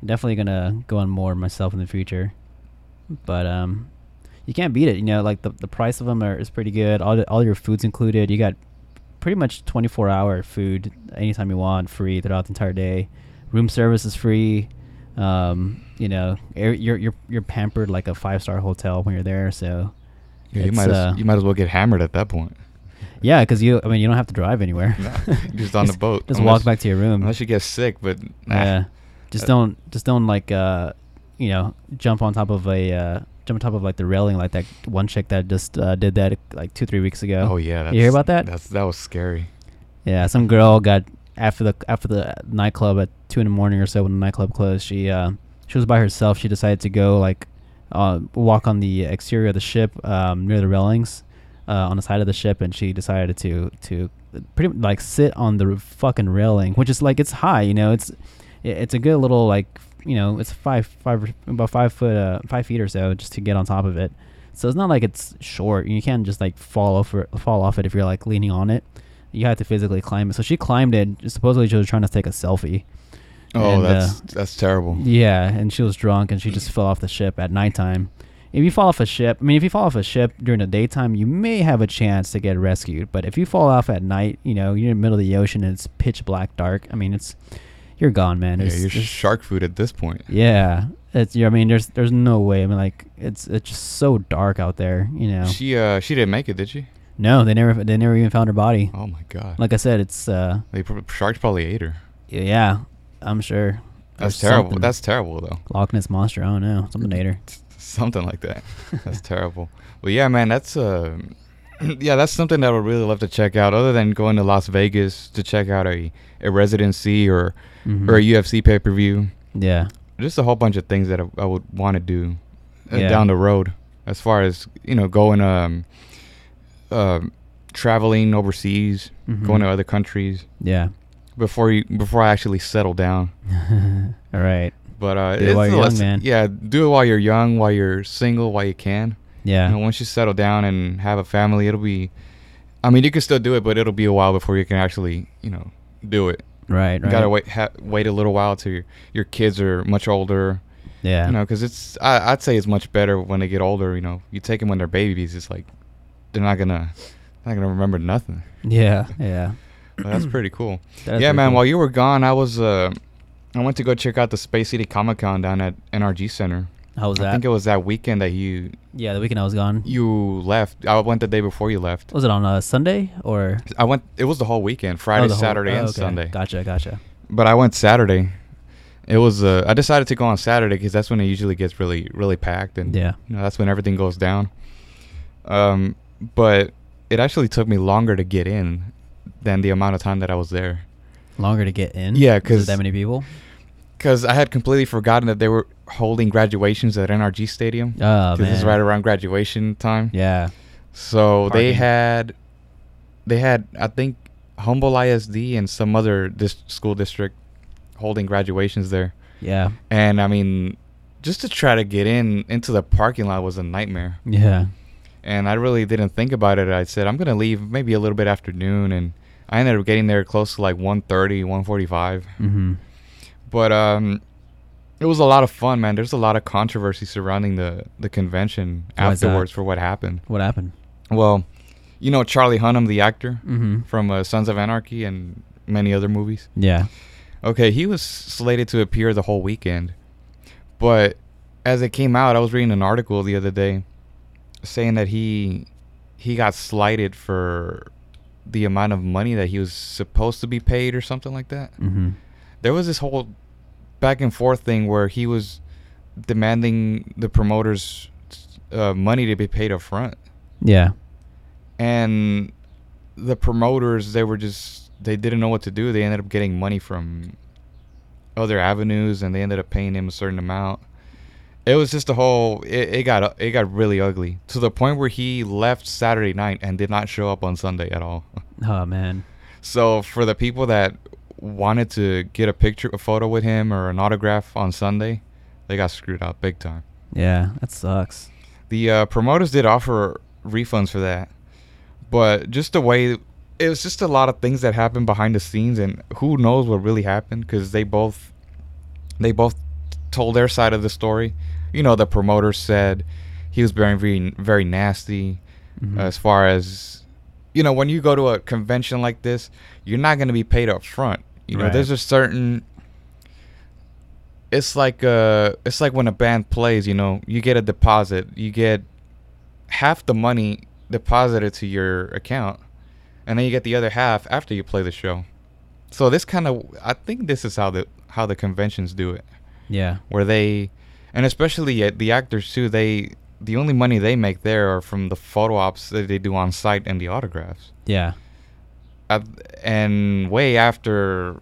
[SPEAKER 2] definitely gonna go on more myself in the future, but um, you can't beat it. You know, like the, the price of them are, is pretty good. All the, all your food's included. You got pretty much twenty four hour food anytime you want, free throughout the entire day. Room service is free. Um, you know, air, you're you're you're pampered like a five star hotel when you're there. So
[SPEAKER 1] yeah, you
[SPEAKER 2] it's,
[SPEAKER 1] might
[SPEAKER 2] uh,
[SPEAKER 1] as, you might as well get hammered at that point
[SPEAKER 2] yeah, because you I mean you don't have to drive anywhere.
[SPEAKER 1] No, just on the
[SPEAKER 2] Just-
[SPEAKER 1] boat.
[SPEAKER 2] Just walk
[SPEAKER 1] Unless-
[SPEAKER 2] back to your room.
[SPEAKER 1] unless you get sick but nah.
[SPEAKER 2] Yeah. Just
[SPEAKER 1] Uh,
[SPEAKER 2] don't just don't like uh you know, jump on top of a uh jump on top of like the railing like that one chick that just uh, did that like 2 3 weeks ago.
[SPEAKER 1] oh yeah that's,
[SPEAKER 2] You hear about that?
[SPEAKER 1] that's that was scary
[SPEAKER 2] Yeah, some girl got after the after the nightclub at two in the morning or so when the nightclub closed. She uh, she was by herself. She decided to go like uh, walk on the exterior of the ship um, near the railings uh, on the side of the ship, and she decided to to pretty much, like sit on the fucking railing, which is like it's high, you know. It's it, it's a good little like you know it's five five about five foot uh, five feet or so just to get on top of it. So it's not like it's short. You can't just like fall off or fall off it if you're like leaning on it. You have to physically climb it. So she climbed it. Supposedly she was trying to take a selfie.
[SPEAKER 1] oh
[SPEAKER 2] And, uh,
[SPEAKER 1] that's that's terrible
[SPEAKER 2] Yeah, and she was drunk and she just fell off the ship at nighttime. If you fall off a ship, I mean, if you fall off a ship during the daytime, you may have a chance to get rescued. But if you fall off at night, you know, you're in the middle of the ocean and it's pitch black dark. I mean, it's you're gone, man.
[SPEAKER 1] yeah
[SPEAKER 2] There's-
[SPEAKER 1] you're
[SPEAKER 2] there's-
[SPEAKER 1] shark food at this point
[SPEAKER 2] yeah, it's. I mean, there's there's no way. I mean, like it's it's just so dark out there. You know.
[SPEAKER 1] she uh she didn't make it did she
[SPEAKER 2] no, they never they never even found her body.
[SPEAKER 1] oh my god
[SPEAKER 2] Like I said, it's uh
[SPEAKER 1] they prob- sharks probably ate her
[SPEAKER 2] yeah, I'm sure.
[SPEAKER 1] that's
[SPEAKER 2] Or
[SPEAKER 1] terrible
[SPEAKER 2] something.
[SPEAKER 1] that's terrible though
[SPEAKER 2] Loch Ness monster. I don't know. Something later.
[SPEAKER 1] something like that. That's terrible. But yeah, man, that's uh, yeah, that's something that I would really love to check out. Other than going to Las Vegas to check out a, a residency or
[SPEAKER 2] Mhm.
[SPEAKER 1] or a UFC pay per view,
[SPEAKER 2] Yeah.
[SPEAKER 1] just a whole bunch of things that I, I would want to do uh,
[SPEAKER 2] Yeah.
[SPEAKER 1] down the road, as far as you know, going um, um traveling overseas,
[SPEAKER 2] Mhm.
[SPEAKER 1] going to other countries
[SPEAKER 2] Yeah.
[SPEAKER 1] before you before I actually settle down.
[SPEAKER 2] All right.
[SPEAKER 1] But uh,
[SPEAKER 2] Do it while
[SPEAKER 1] a
[SPEAKER 2] you're young,
[SPEAKER 1] lesson-
[SPEAKER 2] man.
[SPEAKER 1] yeah, do it while you're young, while you're single, while you can.
[SPEAKER 2] Yeah.
[SPEAKER 1] You know, once you settle down and have a family, it'll be. I mean, you can still do it, but it'll be a while before you can actually, you know, do it.
[SPEAKER 2] right.
[SPEAKER 1] You
[SPEAKER 2] Right.
[SPEAKER 1] gotta wait, ha- wait a little while till your, your kids are much older.
[SPEAKER 2] Yeah.
[SPEAKER 1] You know, because it's. I, I'd say it's much better when they get older. You know, you take them when they're babies. It's like they're not gonna, not gonna remember nothing.
[SPEAKER 2] Yeah. Yeah.
[SPEAKER 1] But that's pretty cool.
[SPEAKER 2] That is
[SPEAKER 1] yeah,
[SPEAKER 2] pretty
[SPEAKER 1] man.
[SPEAKER 2] cool.
[SPEAKER 1] While you were gone, I was. Uh, I went to go check out the Space City Comic Con down at NRG Center.
[SPEAKER 2] How was
[SPEAKER 1] I
[SPEAKER 2] that?
[SPEAKER 1] think it was that weekend that you
[SPEAKER 2] yeah, the weekend I was gone.
[SPEAKER 1] you left. I went the day before you left.
[SPEAKER 2] was it on a Sunday or
[SPEAKER 1] I went. It was the whole weekend, Friday,
[SPEAKER 2] Oh, the whole-
[SPEAKER 1] Saturday,
[SPEAKER 2] oh,
[SPEAKER 1] and
[SPEAKER 2] okay.
[SPEAKER 1] Sunday.
[SPEAKER 2] Gotcha. Gotcha.
[SPEAKER 1] But I went Saturday. It was. Uh, I decided to go on Saturday because that's when it usually gets really, really packed, and
[SPEAKER 2] Yeah.
[SPEAKER 1] you know, that's when everything goes down. Um, but it actually took me longer to get in than the amount of time that I was there
[SPEAKER 2] Longer to get in.
[SPEAKER 1] Yeah,
[SPEAKER 2] Was it
[SPEAKER 1] 'cause-
[SPEAKER 2] that many people.
[SPEAKER 1] because I had completely forgotten that they were holding graduations at NRG Stadium.
[SPEAKER 2] Oh man.
[SPEAKER 1] this is right around graduation time.
[SPEAKER 2] Yeah.
[SPEAKER 1] So they
[SPEAKER 2] Parking.
[SPEAKER 1] had, they had I think Humble ISD and some other dis- school district holding graduations there,
[SPEAKER 2] Yeah.
[SPEAKER 1] and I mean, just to try to get in into the parking lot was a nightmare.
[SPEAKER 2] Yeah.
[SPEAKER 1] And I really didn't think about it. I said I'm gonna leave maybe a little bit after noon, and I ended up getting there close to like 1:30, 1:45.
[SPEAKER 2] Mm-hmm.
[SPEAKER 1] But um, it was a lot of fun, man. There's a lot of controversy surrounding the the convention
[SPEAKER 2] Why is that?
[SPEAKER 1] afterwards for what happened.
[SPEAKER 2] What happened?
[SPEAKER 1] Well, you know Charlie Hunnam, the actor
[SPEAKER 2] Mm-hmm.
[SPEAKER 1] from uh, Sons of Anarchy and many other movies.
[SPEAKER 2] Yeah.
[SPEAKER 1] Okay, he was slated to appear the whole weekend, but as it came out, I was reading an article the other day saying that he he got slighted for the amount of money that he was supposed to be paid or something like that.
[SPEAKER 2] Mm-hmm.
[SPEAKER 1] There was this whole back and forth thing where he was demanding the promoters uh, money to be paid up front
[SPEAKER 2] Yeah.
[SPEAKER 1] and the promoters they were just they didn't know what to do they ended up getting money from other avenues and they ended up paying him a certain amount it was just a whole it, it got it got really ugly to the point where he left saturday night and did not show up on sunday at all
[SPEAKER 2] Oh man.
[SPEAKER 1] so for the people that wanted to get a picture a photo with him or an autograph on sunday they got screwed out big time
[SPEAKER 2] Yeah, that sucks.
[SPEAKER 1] the uh, promoters did offer refunds for that, but just the way it was just a lot of things that happened behind the scenes, and who knows what really happened because they both they both told their side of the story. You know, the promoter said he was being very very nasty
[SPEAKER 2] Mhm.
[SPEAKER 1] as far as you know when you go to a convention like this, you're not going to be paid up front. You know,
[SPEAKER 2] Right.
[SPEAKER 1] there's a certain it's like uh it's like when a band plays you know you get a deposit you get half the money deposited to your account and then you get the other half after you play the show so this kind of i think this is how the how the conventions do it
[SPEAKER 2] Yeah.
[SPEAKER 1] where they and especially uh, the actors too they the only money they make there are from the photo ops that they do on site and the autographs
[SPEAKER 2] Yeah.
[SPEAKER 1] I, and way after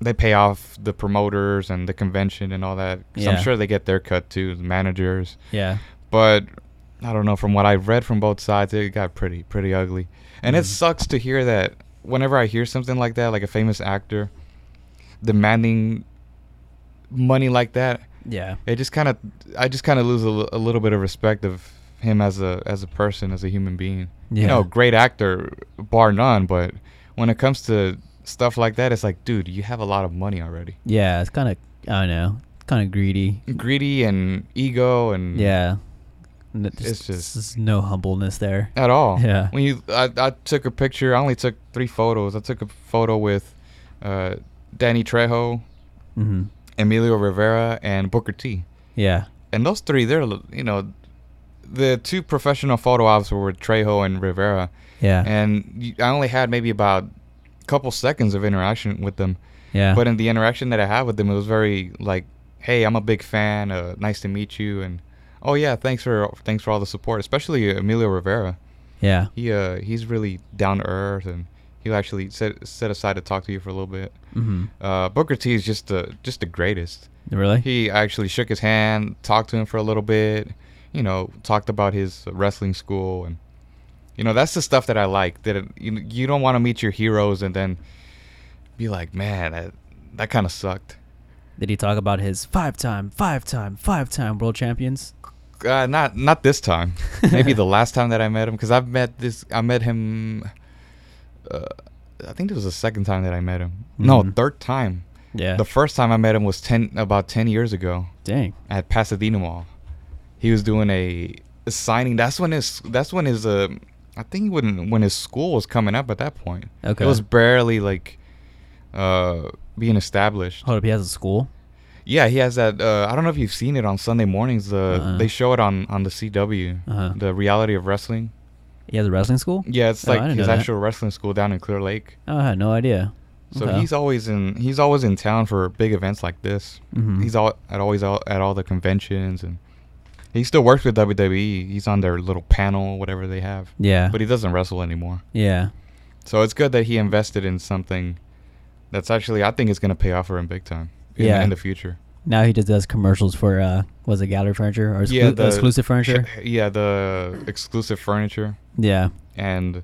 [SPEAKER 1] they pay off the promoters and the convention and all that 'cause
[SPEAKER 2] Yeah.
[SPEAKER 1] i'm sure they get their cut too the managers
[SPEAKER 2] Yeah.
[SPEAKER 1] but i don't know from what i've read from both sides it got pretty pretty ugly and it
[SPEAKER 2] Mhm.
[SPEAKER 1] sucks to hear that whenever i hear something like that like a famous actor demanding money like that
[SPEAKER 2] Yeah.
[SPEAKER 1] it just kind of i just kind of lose a li- a little bit of respect of him as a as a person as a human being
[SPEAKER 2] Yeah.
[SPEAKER 1] you know great actor bar none but when it comes to stuff like that it's like dude you have a lot of money already
[SPEAKER 2] Yeah, it's kind of I don't know, kind of greedy.
[SPEAKER 1] greedy and ego and
[SPEAKER 2] Yeah. N-
[SPEAKER 1] Mm-hmm. It's just-
[SPEAKER 2] there's no humbleness there.
[SPEAKER 1] at all
[SPEAKER 2] Yeah.
[SPEAKER 1] when you I, I took a picture i only took three photos i took a photo with uh danny trejo
[SPEAKER 2] Mm-hmm.
[SPEAKER 1] emilio rivera and booker t
[SPEAKER 2] Yeah.
[SPEAKER 1] and those three, they're you know, the two professional photo ops were with Trejo and Rivera,
[SPEAKER 2] Yeah.
[SPEAKER 1] and you- I only had maybe about a couple seconds of interaction with them.
[SPEAKER 2] yeah.
[SPEAKER 1] But in the interaction that I had with them, it was very like, "Hey, I'm a big fan. Uh, nice to meet you," and "Oh yeah, thanks for thanks for all the support." Especially uh, Emilio Rivera.
[SPEAKER 2] yeah.
[SPEAKER 1] He uh he's really down to earth, and he'll actually set set aside to talk to you for a little bit.
[SPEAKER 2] Mm-hmm.
[SPEAKER 1] Uh, Booker T is just the just the greatest
[SPEAKER 2] Really?
[SPEAKER 1] he actually shook his hand, talked to him for a little bit, you know, talked about his wrestling school and you know, that's the stuff that I like. That it, you you don't want to meet your heroes and then be like, "Man, that, that kind of sucked."
[SPEAKER 2] Did he talk about his five-time, five-time, five-time world champions?
[SPEAKER 1] Uh, not not this time. Maybe the last time that I met him cuz I've met this I met him uh, I think it was the second time that I met him. No,
[SPEAKER 2] Mhm.
[SPEAKER 1] third time.
[SPEAKER 2] Yeah.
[SPEAKER 1] The first time I met him was 10 about 10 years ago.
[SPEAKER 2] Dang.
[SPEAKER 1] at Pasadena Mall. He was doing a, a signing. That's when his that's when his uh, I think when when his school was coming up at that point.
[SPEAKER 2] Okay.
[SPEAKER 1] It was barely like uh being established.
[SPEAKER 2] Hold up, he has a school.
[SPEAKER 1] Yeah, he has that uh I don't know if you've seen it on Sunday mornings. Uh,
[SPEAKER 2] Uh-uh.
[SPEAKER 1] they show it on on the CW.
[SPEAKER 2] Uh-huh.
[SPEAKER 1] The reality of wrestling.
[SPEAKER 2] He has a wrestling school.
[SPEAKER 1] Yeah, it's
[SPEAKER 2] Oh, I
[SPEAKER 1] like
[SPEAKER 2] didn't
[SPEAKER 1] his
[SPEAKER 2] know that.
[SPEAKER 1] actual wrestling school down in Clear Lake.
[SPEAKER 2] Oh, I had no idea.
[SPEAKER 1] So
[SPEAKER 2] Okay.
[SPEAKER 1] he's always in he's always in town for big events like this.
[SPEAKER 2] Mhm.
[SPEAKER 1] He's all at always all, at all the conventions and he still works with WWE. He's on their little panel, whatever they have.
[SPEAKER 2] Yeah.
[SPEAKER 1] But he doesn't wrestle anymore.
[SPEAKER 2] yeah.
[SPEAKER 1] So it's good that he invested in something that's actually I think is going to pay off for him big time. In,
[SPEAKER 2] Yeah.
[SPEAKER 1] in the future.
[SPEAKER 2] Now he just does commercials for uh, was it gallery furniture or exclu- exclusive furniture?
[SPEAKER 1] Yeah, the exclusive furniture
[SPEAKER 2] Yeah.
[SPEAKER 1] and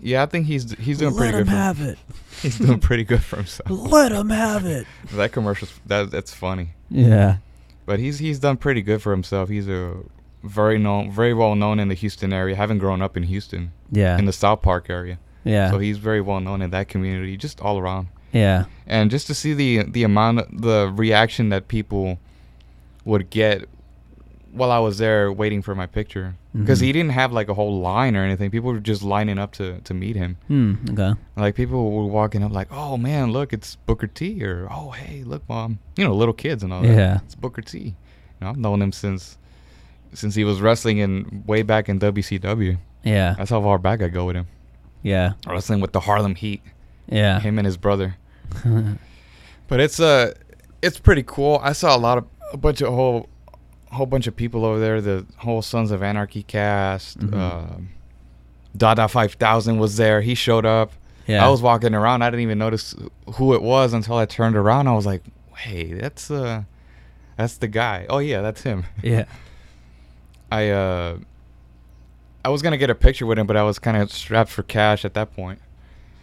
[SPEAKER 1] yeah, I think he's he's doing pretty good. for-
[SPEAKER 2] it.
[SPEAKER 1] He's doing pretty good for himself.
[SPEAKER 2] Let him have it.
[SPEAKER 1] that commercial's that that's funny.
[SPEAKER 2] Yeah.
[SPEAKER 1] But he's he's done pretty good for himself. He's a very known, very well known in the Houston area. Having grown up in Houston,
[SPEAKER 2] Yeah.
[SPEAKER 1] in the South Park area,
[SPEAKER 2] yeah.
[SPEAKER 1] so he's very well known in that community, just all around.
[SPEAKER 2] yeah.
[SPEAKER 1] And just to see the the amount, the reaction that people would get while I was there waiting for my picture because
[SPEAKER 2] Mhm.
[SPEAKER 1] he didn't have like a whole line or anything. People were just lining up to to meet him.
[SPEAKER 2] Hmm. Okay.
[SPEAKER 1] Like people were walking up, like, "Oh man, look, it's Booker T," or "Oh hey, look, mom," you know, little kids and all that.
[SPEAKER 2] Yeah.
[SPEAKER 1] it's Booker T. You know, I've known him since since he was wrestling in way back in WCW.
[SPEAKER 2] Yeah.
[SPEAKER 1] That's how far back I go with him.
[SPEAKER 2] Yeah.
[SPEAKER 1] Wrestling with the Harlem Heat,
[SPEAKER 2] Yeah.
[SPEAKER 1] him and his brother. But it's uh it's pretty cool. I saw a lot of a bunch of whole whole bunch of people over there. The whole Sons of Anarchy cast.
[SPEAKER 2] Mhm.
[SPEAKER 1] Um, Dada Five Thousand was there. He showed up.
[SPEAKER 2] yeah.
[SPEAKER 1] I was walking around. I didn't even notice who it was until I turned around. I was like, "Hey, that's uh, that's the guy. Oh yeah, that's him."
[SPEAKER 2] Yeah.
[SPEAKER 1] I uh, I was gonna get a picture with him, but I was kind of strapped for cash at that point.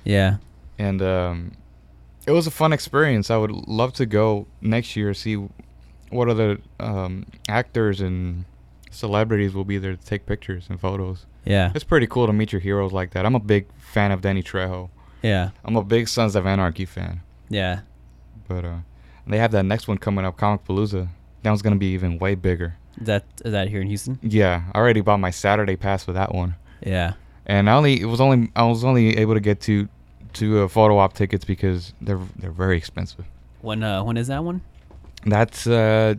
[SPEAKER 2] Yeah.
[SPEAKER 1] and um, it was a fun experience. I would love to go next year see what other um, actors and celebrities will be there to take pictures and photos.
[SPEAKER 2] Yeah.
[SPEAKER 1] It's pretty cool to meet your heroes like that. I'm a big fan of Danny Trejo.
[SPEAKER 2] Yeah.
[SPEAKER 1] I'm a big Sons of Anarchy fan,
[SPEAKER 2] Yeah.
[SPEAKER 1] but uh, they have that next one coming up, Comic Palooza. That one's gonna be even way bigger.
[SPEAKER 2] Is that is that here in Houston?
[SPEAKER 1] Yeah, I already bought my Saturday pass for that one.
[SPEAKER 2] Yeah.
[SPEAKER 1] and I only it was only I was only able to get two two uh, photo op tickets because they're they're very expensive.
[SPEAKER 2] When uh when is that one?
[SPEAKER 1] That's uh,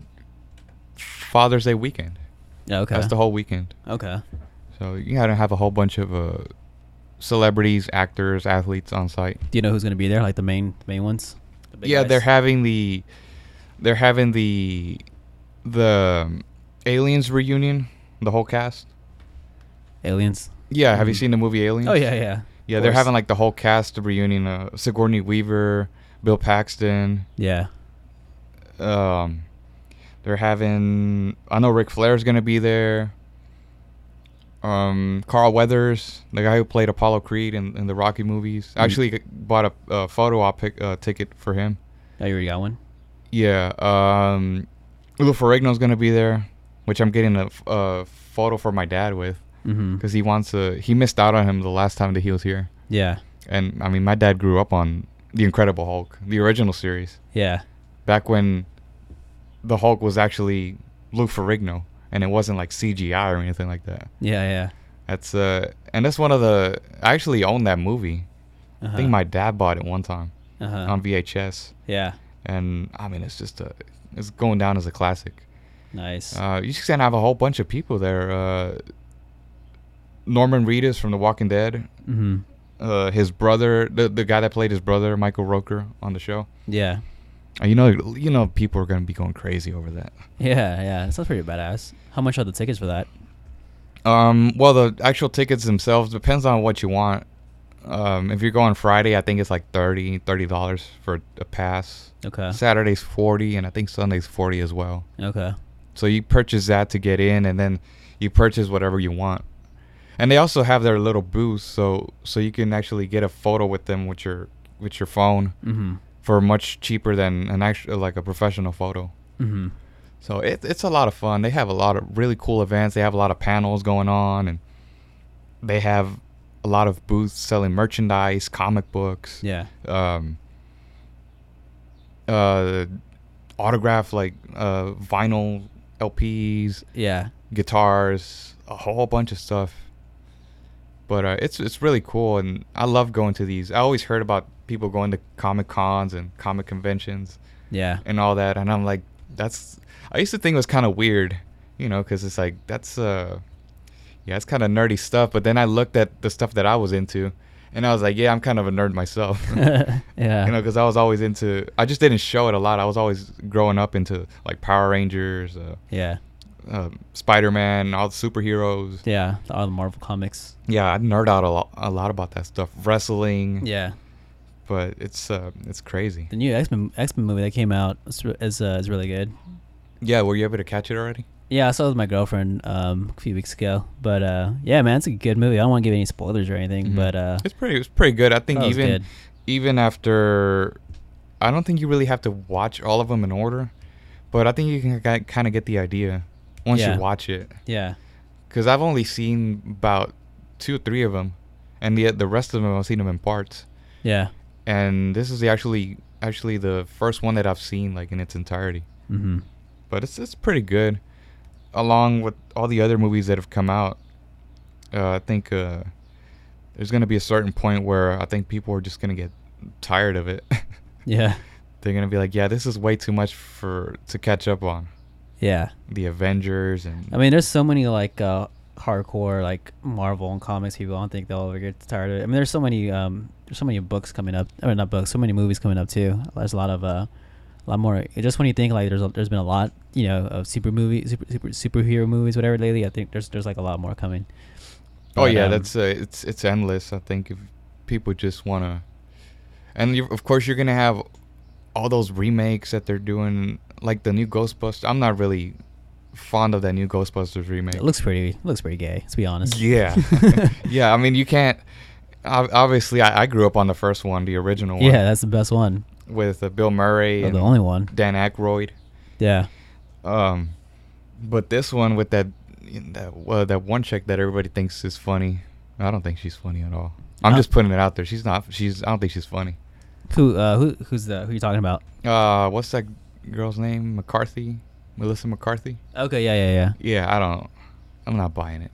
[SPEAKER 1] Father's Day weekend.
[SPEAKER 2] Yeah, okay.
[SPEAKER 1] That's the whole weekend.
[SPEAKER 2] Okay.
[SPEAKER 1] So you gotta have a whole bunch of uh, celebrities, actors, athletes on site.
[SPEAKER 2] Do you know who's gonna be there? Like the main the main ones? The big
[SPEAKER 1] yeah,
[SPEAKER 2] guys?
[SPEAKER 1] they're having the they're having the the um, aliens reunion. The whole cast.
[SPEAKER 2] aliens.
[SPEAKER 1] Yeah, have you
[SPEAKER 2] Mhm.
[SPEAKER 1] seen the movie Aliens?
[SPEAKER 2] Oh yeah, yeah.
[SPEAKER 1] Yeah, they're
[SPEAKER 2] Of course.
[SPEAKER 1] having like the whole cast reunion. Uh, Sigourney Weaver, Bill Paxton.
[SPEAKER 2] Yeah.
[SPEAKER 1] um they're having I know Ric Flair's gonna be there. Um Carl Weathers, the guy who played Apollo Creed in, in the Rocky movies. I
[SPEAKER 2] Mm.
[SPEAKER 1] actually g- bought a, a photo op pic, uh, ticket for him.
[SPEAKER 2] Oh, you already got one?
[SPEAKER 1] Yeah. Um Lou Ferrigno's gonna be there, which I'm getting a, f- a photo for my dad with
[SPEAKER 2] Mm-hmm.
[SPEAKER 1] because he wants to. He missed out on him the last time that he was here,
[SPEAKER 2] Yeah.
[SPEAKER 1] and I mean my dad grew up on the Incredible Hulk, the original series
[SPEAKER 2] Yeah.
[SPEAKER 1] back when the Hulk was actually Lou Ferrigno and it wasn't like CGI or anything like that.
[SPEAKER 2] Yeah,
[SPEAKER 1] That's uh, and that's one of the I actually own that movie.
[SPEAKER 2] yeah.
[SPEAKER 1] I think my dad bought it one time
[SPEAKER 2] uh-huh.
[SPEAKER 1] on VHS,
[SPEAKER 2] Yeah.
[SPEAKER 1] and I mean it's just a it's going down as a classic.
[SPEAKER 2] Nice.
[SPEAKER 1] Uh, you just gonna have a whole bunch of people there. Uh, Norman Reedus from The Walking Dead,
[SPEAKER 2] mm-hmm.
[SPEAKER 1] uh, his brother, the the guy that played his brother, Michael Roker, on the show.
[SPEAKER 2] Yeah.
[SPEAKER 1] Uh, you know, you know, people are gonna be going crazy over that.
[SPEAKER 2] Yeah, yeah. That sounds pretty badass. How much are the tickets for that?
[SPEAKER 1] Um, well, the actual tickets themselves depends on what you want. Um, if you're going Friday, I think it's like 30 dollars for a pass.
[SPEAKER 2] Okay.
[SPEAKER 1] Saturday's forty, and I think Sunday's forty as well.
[SPEAKER 2] Okay.
[SPEAKER 1] So you purchase that to get in, and then you purchase whatever you want. And they also have their little booth, so so you can actually get a photo with them with your with your phone
[SPEAKER 2] Mm-hmm.
[SPEAKER 1] for much cheaper than an actual like a professional photo.
[SPEAKER 2] Mm-hmm.
[SPEAKER 1] So it, it's a lot of fun. They have a lot of really cool events. They have a lot of panels going on, and they have a lot of booths selling merchandise, comic books,
[SPEAKER 2] Yeah.
[SPEAKER 1] um, uh, autograph like uh, vinyl LPs,
[SPEAKER 2] Yeah.
[SPEAKER 1] guitars, a whole bunch of stuff. But uh, it's it's really cool, and I love going to these. I always heard about people going to comic cons and comic conventions
[SPEAKER 2] Yeah.
[SPEAKER 1] and all that and i'm like that's i used to think it was kind of weird you know because it's like that's uh yeah it's kind of nerdy stuff but then i looked at the stuff that i was into and i was like yeah i'm kind of a nerd myself
[SPEAKER 2] yeah.
[SPEAKER 1] you know because i was always into i just didn't show it a lot i was always growing up into like power rangers uh,
[SPEAKER 2] yeah.
[SPEAKER 1] uh, spider-man all the superheroes yeah.
[SPEAKER 2] Yeah. All the Marvel comics.
[SPEAKER 1] i nerd out a lot, a lot about that stuff wrestling
[SPEAKER 2] Yeah.
[SPEAKER 1] but it's uh it's crazy
[SPEAKER 2] The new X Men X Men movie that came out is re- is, uh, is really good.
[SPEAKER 1] yeah were you able to catch it already
[SPEAKER 2] Yeah, I saw it with my girlfriend um, a few weeks ago. But uh, yeah, man, it's a good movie. I don't want to give any spoilers or anything,
[SPEAKER 1] Mhm.
[SPEAKER 2] but uh,
[SPEAKER 1] it's pretty it's pretty good i think
[SPEAKER 2] thought it was
[SPEAKER 1] even
[SPEAKER 2] good.
[SPEAKER 1] even after I don't think you really have to watch all of them in order, but I think you can kind of get the idea once
[SPEAKER 2] Yeah.
[SPEAKER 1] you watch it.
[SPEAKER 2] yeah,
[SPEAKER 1] Cuz I've only seen about 2 or 3 of them and the the rest of them I've seen them in parts.
[SPEAKER 2] yeah,
[SPEAKER 1] And this is the actually actually the first one that I've seen like in its entirety.
[SPEAKER 2] mm-hmm.
[SPEAKER 1] But it's it's pretty good. along with all the other movies that have come out, uh, I think uh, there's going to be a certain point where I think people are just going to get tired of it.
[SPEAKER 2] Yeah.
[SPEAKER 1] They're going to be like, yeah, this is way too much for to catch up on.
[SPEAKER 2] Yeah.
[SPEAKER 1] The Avengers and
[SPEAKER 2] I mean, there's so many like uh, hardcore like Marvel and comics people. I don't think they'll ever get tired of it. I mean, there's so many um, there's so many books coming up. I mean, not books, so many movies coming up too. There's a lot of uh, a lot more. Just when you think like there's a, there's been a lot, you know, of super movie, super, super superhero movies, whatever lately. I think there's there's like a lot more coming.
[SPEAKER 1] Oh
[SPEAKER 2] But,
[SPEAKER 1] yeah,
[SPEAKER 2] um,
[SPEAKER 1] that's uh, it's it's endless. I think if people just wanna, and you of course you're gonna have all those remakes that they're doing, like the new Ghostbusters. I'm not really fond of that new Ghostbusters remake.
[SPEAKER 2] it looks pretty looks pretty gay. Let's be honest.
[SPEAKER 1] yeah, yeah. I mean, you can't. ob- Obviously, I, I grew up on the first one, the original one,
[SPEAKER 2] yeah, that's the best one.
[SPEAKER 1] with uh, Bill Murray
[SPEAKER 2] Or
[SPEAKER 1] and
[SPEAKER 2] the only one.
[SPEAKER 1] Dan Aykroyd.
[SPEAKER 2] Yeah.
[SPEAKER 1] Um, but this one with that that uh, that one chick that everybody thinks is funny. I don't think she's funny at all. I'm
[SPEAKER 2] Uh,
[SPEAKER 1] just putting it out there. She's not. She's. I don't think she's funny.
[SPEAKER 2] Who uh who who's the who you talking about?
[SPEAKER 1] Uh, what's that girl's name? McCarthy, Melissa McCarthy.
[SPEAKER 2] Okay, yeah, yeah, yeah.
[SPEAKER 1] Yeah, I don't. I'm not buying it.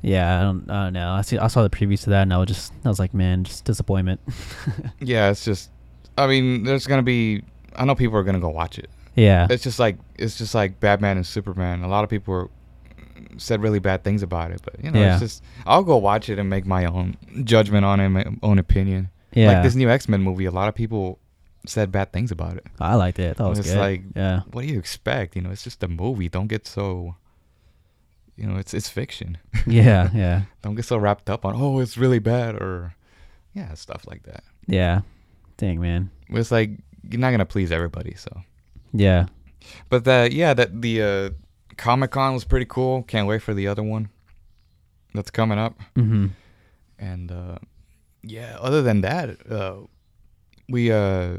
[SPEAKER 2] Yeah, I don't, I don't know. I see. I saw the previews to that, and I was just, I was like, man, just disappointment.
[SPEAKER 1] Yeah, it's just. I mean, there's gonna be. I know people are gonna go watch it.
[SPEAKER 2] yeah,
[SPEAKER 1] It's just like it's just like Batman and Superman. A lot of people are, said really bad things about it, but you know,
[SPEAKER 2] Yeah.
[SPEAKER 1] it's just I'll go watch it and make my own judgment on it, my own opinion.
[SPEAKER 2] yeah.
[SPEAKER 1] Like this new X Men movie, a lot of people said bad things about it.
[SPEAKER 2] I liked it. I thought it was
[SPEAKER 1] it's
[SPEAKER 2] good.
[SPEAKER 1] like,
[SPEAKER 2] yeah,
[SPEAKER 1] What do you expect? You know, it's just a movie. Don't get so, you know, it's it's fiction.
[SPEAKER 2] yeah, yeah,
[SPEAKER 1] Don't get so wrapped up on oh, it's really bad or, yeah, stuff like that.
[SPEAKER 2] yeah. Dang, man.
[SPEAKER 1] It's like you're not gonna please everybody. So,
[SPEAKER 2] Yeah,
[SPEAKER 1] but that yeah, that the uh, Comic Con was pretty cool. Can't wait for the other one that's coming up.
[SPEAKER 2] mm-hmm.
[SPEAKER 1] And uh, yeah, other than that, uh, we uh,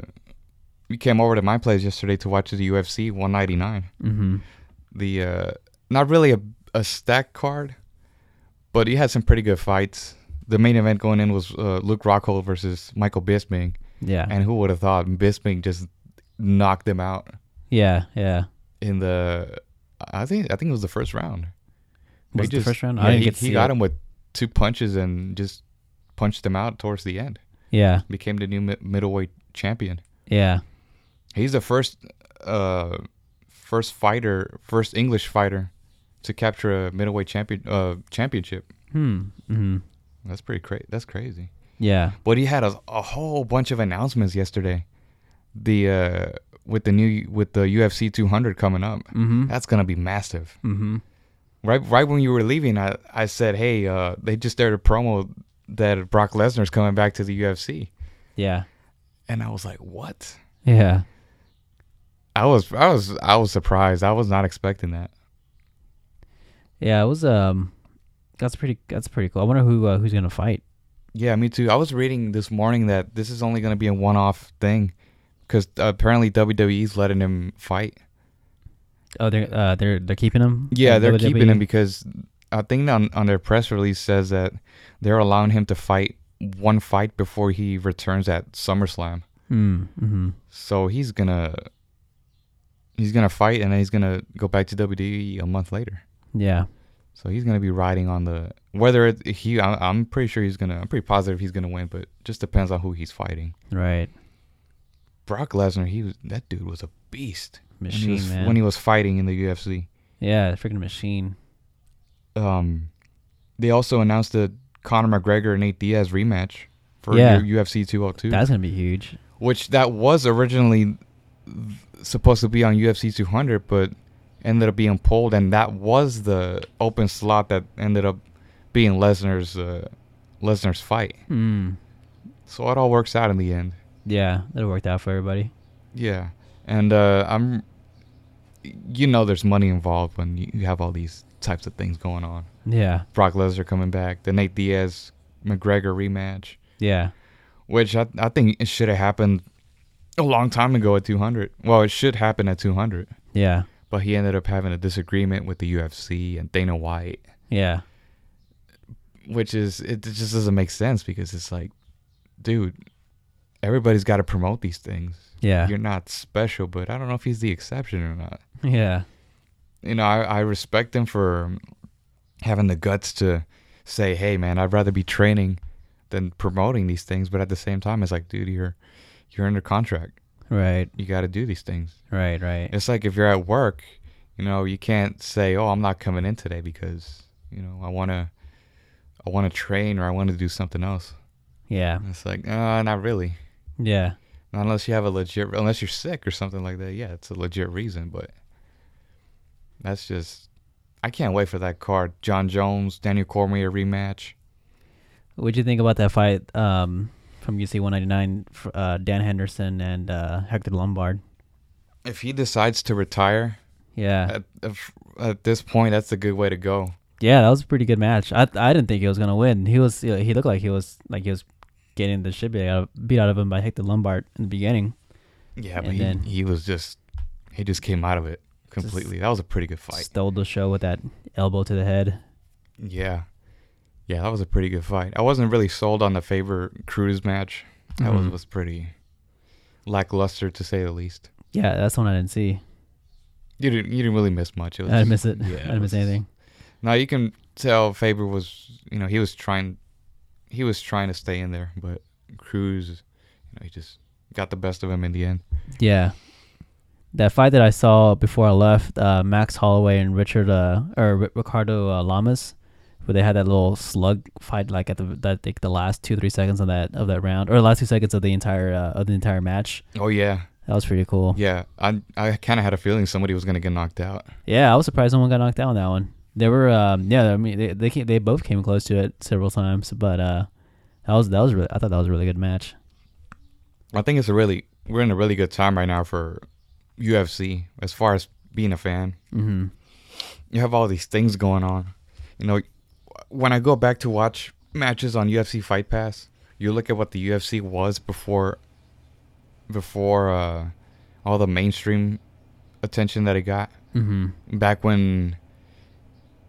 [SPEAKER 1] we came over to my place yesterday to watch the UFC 199.
[SPEAKER 2] Mm-hmm.
[SPEAKER 1] the uh, not really a, a stack card, but he had some pretty good fights. The main event going in was uh, Luke Rockhold versus Michael Bisping,
[SPEAKER 2] Yeah,
[SPEAKER 1] and who would have thought Bisping just knocked him out
[SPEAKER 2] yeah, yeah.
[SPEAKER 1] in the I think I think it was the first round. They
[SPEAKER 2] Was it the
[SPEAKER 1] just-
[SPEAKER 2] first round? I
[SPEAKER 1] Yeah,
[SPEAKER 2] didn't
[SPEAKER 1] he,
[SPEAKER 2] get to
[SPEAKER 1] he
[SPEAKER 2] see
[SPEAKER 1] got
[SPEAKER 2] it.
[SPEAKER 1] him with two punches and just punched him out towards the end.
[SPEAKER 2] Yeah,
[SPEAKER 1] Became the new mi- middleweight champion.
[SPEAKER 2] yeah,
[SPEAKER 1] He's the first uh first fighter, first English fighter to capture a middleweight champion uh championship.
[SPEAKER 2] hmm, mm-hmm.
[SPEAKER 1] That's pretty crazy. That's crazy.
[SPEAKER 2] yeah,
[SPEAKER 1] But he had a, a whole bunch of announcements yesterday. The uh with the new with the UFC 200 coming up.
[SPEAKER 2] mm-hmm,
[SPEAKER 1] That's going to be massive.
[SPEAKER 2] mm-hmm.
[SPEAKER 1] Right right when you were leaving, I I said, "Hey, uh they just started a promo that Brock Lesnar's coming back to the UFC."
[SPEAKER 2] Yeah,
[SPEAKER 1] And I was like, "What?"
[SPEAKER 2] yeah,
[SPEAKER 1] I was I was I was surprised. I was not expecting that.
[SPEAKER 2] yeah. It was um, that's pretty. That's pretty cool. I wonder who uh, who's gonna fight.
[SPEAKER 1] Yeah, me too. I was reading this morning that this is only going to be a one-off thing because apparently WWE's letting him fight.
[SPEAKER 2] Oh, they're uh, they're they're keeping him.
[SPEAKER 1] Yeah,
[SPEAKER 2] Like E?
[SPEAKER 1] they're keeping
[SPEAKER 2] WWE?
[SPEAKER 1] him because I think on on their press release says that they're allowing him to fight one fight before he returns at SummerSlam.
[SPEAKER 2] Mm, mm-hmm.
[SPEAKER 1] So he's gonna he's gonna fight and then he's gonna go back to WWE a month later.
[SPEAKER 2] Yeah,
[SPEAKER 1] So he's gonna be riding on the whether it, he I, I'm pretty sure he's gonna I'm pretty positive he's gonna win, but just depends on who he's fighting.
[SPEAKER 2] right.
[SPEAKER 1] Brock Lesnar, he was that dude was a beast when he
[SPEAKER 2] Machine
[SPEAKER 1] was,
[SPEAKER 2] man.
[SPEAKER 1] when he was fighting in the UFC.
[SPEAKER 2] yeah, freaking machine.
[SPEAKER 1] Um, they also announced the Conor McGregor and Nate Diaz rematch for
[SPEAKER 2] Yeah.
[SPEAKER 1] U- UFC 202,
[SPEAKER 2] That's gonna be huge.
[SPEAKER 1] which that was originally th- supposed to be on UFC 200, but ended up being pulled, and that was the open slot that ended up being Lesnar's uh, Lesnar's fight. Hmm.
[SPEAKER 2] Mm.
[SPEAKER 1] So it all works out in the end.
[SPEAKER 2] Yeah, that worked out for everybody.
[SPEAKER 1] Yeah, and uh, I'm, you know, there's money involved when you you have all these types of things going on.
[SPEAKER 2] Yeah,
[SPEAKER 1] Brock Lesnar coming back, the Nate Diaz McGregor rematch,
[SPEAKER 2] yeah,
[SPEAKER 1] which I I think it should have happened a long time ago at 200. Well, it should happen at 200,
[SPEAKER 2] yeah,
[SPEAKER 1] but he ended up having a disagreement with the UFC and Dana White,
[SPEAKER 2] yeah,
[SPEAKER 1] which is it just doesn't make sense because it's like, dude, everybody's got to promote these things.
[SPEAKER 2] yeah,
[SPEAKER 1] You're not special, but I don't know if he's the exception or not.
[SPEAKER 2] yeah,
[SPEAKER 1] you know, I, I respect them for having the guts to say, "Hey, man, I'd rather be training than promoting these things." But at the same time, it's like, dude, you're you're under contract.
[SPEAKER 2] Right.
[SPEAKER 1] You got to do these things.
[SPEAKER 2] Right. Right.
[SPEAKER 1] It's like if you're at work, you know, you can't say, "Oh, I'm not coming in today because you know I want to, I want to train or I want to do something else."
[SPEAKER 2] Yeah.
[SPEAKER 1] It's like, uh, not really.
[SPEAKER 2] Yeah.
[SPEAKER 1] Not unless you have a legit, unless you're sick or something like that. Yeah, it's a legit reason, but that's just. I can't wait for that card. John Jones, Daniel Cormier rematch.
[SPEAKER 2] What'd you think about that fight um, from UC 199? f- Uh, Dan Henderson and uh, Hector Lombard.
[SPEAKER 1] If he decides to retire
[SPEAKER 2] Yeah.
[SPEAKER 1] at, if- at this point, that's a good way to go.
[SPEAKER 2] Yeah, that was a pretty good match. I I didn't think he was gonna win. He was you know, he looked like he was like he was getting the shit beat out of, beat out of him by Hector Lombard in the beginning.
[SPEAKER 1] Yeah, but
[SPEAKER 2] And
[SPEAKER 1] he,
[SPEAKER 2] then-
[SPEAKER 1] he was just, he just came out of it completely. that was a pretty good fight.
[SPEAKER 2] Stole the show with that elbow to the head.
[SPEAKER 1] Yeah. Yeah, that was a pretty good fight. I wasn't really sold on the Faber Cruz match. That was,
[SPEAKER 2] Mhm.
[SPEAKER 1] was pretty lackluster to say the least.
[SPEAKER 2] Yeah, that's the one I didn't see.
[SPEAKER 1] You didn't you didn't really miss much. It was
[SPEAKER 2] I didn't miss it.
[SPEAKER 1] yeah,
[SPEAKER 2] I didn't miss
[SPEAKER 1] it was-
[SPEAKER 2] anything.
[SPEAKER 1] No, you can tell Faber was you know, he was trying he was trying to stay in there, but Cruz you know, he just got the best of him in the end.
[SPEAKER 2] Yeah. That fight that I saw before I left, uh, Max Holloway and Richard uh, or Ri- Ricardo uh, Lamas, where they had that little slug fight, like at the that like the last two three seconds of that of that round, or the last two seconds of the entire uh, of the entire match.
[SPEAKER 1] Oh yeah.
[SPEAKER 2] That was pretty cool.
[SPEAKER 1] Yeah. I I kinda had a feeling somebody was gonna get knocked out.
[SPEAKER 2] Yeah, I was surprised no one got knocked out on that one. They were, um, yeah, I mean, they they, came, they both came close to it several times, but uh, that was that was really, I thought that was a really good match.
[SPEAKER 1] I think it's a really we're in a really good time right now for UFC as far as being a fan.
[SPEAKER 2] Mm-hmm.
[SPEAKER 1] you have all these things going on. You know, when I go back to watch matches on UFC Fight Pass, you look at what the UFC was before before uh, all the mainstream attention that it got.
[SPEAKER 2] Mm-hmm.
[SPEAKER 1] Back when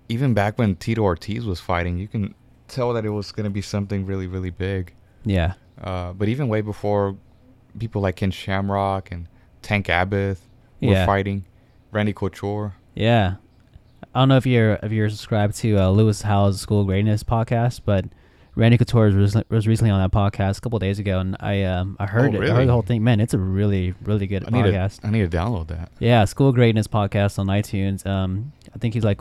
[SPEAKER 1] even back when Tito Ortiz was fighting, you can tell that it was going to be something really really big.
[SPEAKER 2] Yeah.
[SPEAKER 1] Uh, but even way before people like Ken Shamrock and Tank Abbott were
[SPEAKER 2] Yeah.
[SPEAKER 1] fighting, Randy Couture.
[SPEAKER 2] Yeah. I don't know if you're if you're subscribed to uh, Lewis Howes School of Greatness podcast, but Randy Couture was, recently- was recently on that podcast a couple of days ago, and I um I
[SPEAKER 1] Oh,
[SPEAKER 2] heard it, I
[SPEAKER 1] really?
[SPEAKER 2] heard the whole thing. Man, it's a really really good
[SPEAKER 1] I need
[SPEAKER 2] podcast.
[SPEAKER 1] to I need to download that.
[SPEAKER 2] Yeah, School of Greatness podcast on iTunes. Um, I think he's like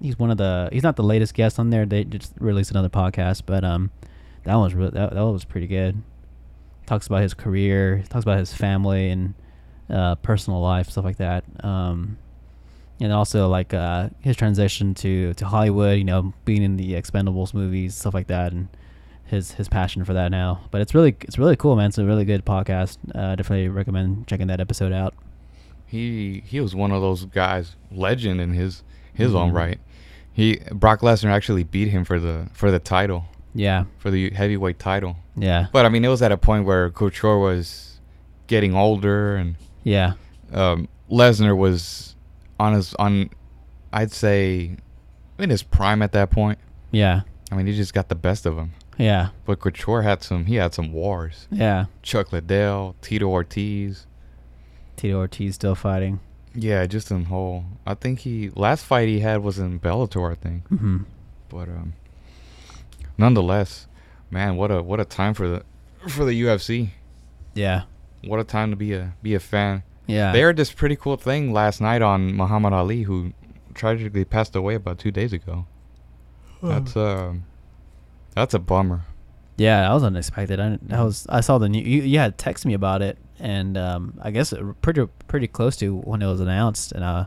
[SPEAKER 2] he's one of the he's not the latest guest on there. They just released another podcast, but um, that one was re- that, that one was pretty good. Talks about his career, talks about his family and uh, personal life, stuff like that. Um, and also like uh, his transition to to Hollywood. You know, being in the Expendables movies, stuff like that, and his his passion for that now. But it's really it's really cool, man. It's a really good podcast. Uh, definitely recommend checking that episode out.
[SPEAKER 1] He he was one of those guys, legend in his his own
[SPEAKER 2] Mhm.
[SPEAKER 1] right. He Brock Lesnar actually beat him for the for the title
[SPEAKER 2] Yeah.
[SPEAKER 1] for the heavyweight title.
[SPEAKER 2] Yeah.
[SPEAKER 1] But I mean, it was at a point where Couture was getting older, and
[SPEAKER 2] Yeah.
[SPEAKER 1] um, Lesnar was on his on, I'd say, in his prime at that point.
[SPEAKER 2] Yeah.
[SPEAKER 1] I mean, he just got the best of him.
[SPEAKER 2] Yeah.
[SPEAKER 1] But Couture had some he had some wars.
[SPEAKER 2] Yeah.
[SPEAKER 1] Chuck Liddell, Tito Ortiz.
[SPEAKER 2] Tito Ortiz still fighting.
[SPEAKER 1] Yeah, just in whole. I think he last fight he had was in Bellator, I think.
[SPEAKER 2] hmm
[SPEAKER 1] But um, nonetheless, man, what a what a time for the for the UFC.
[SPEAKER 2] Yeah.
[SPEAKER 1] What a time to be a be a fan.
[SPEAKER 2] Yeah.
[SPEAKER 1] They heard this pretty cool thing last night on Muhammad Ali, who tragically passed away about two days ago. That's um, that's a bummer.
[SPEAKER 2] Yeah, that was unexpected. I, didn't- I was I saw the new you, you had texted me about it and um I guess it- pretty pretty close to when it was announced and uh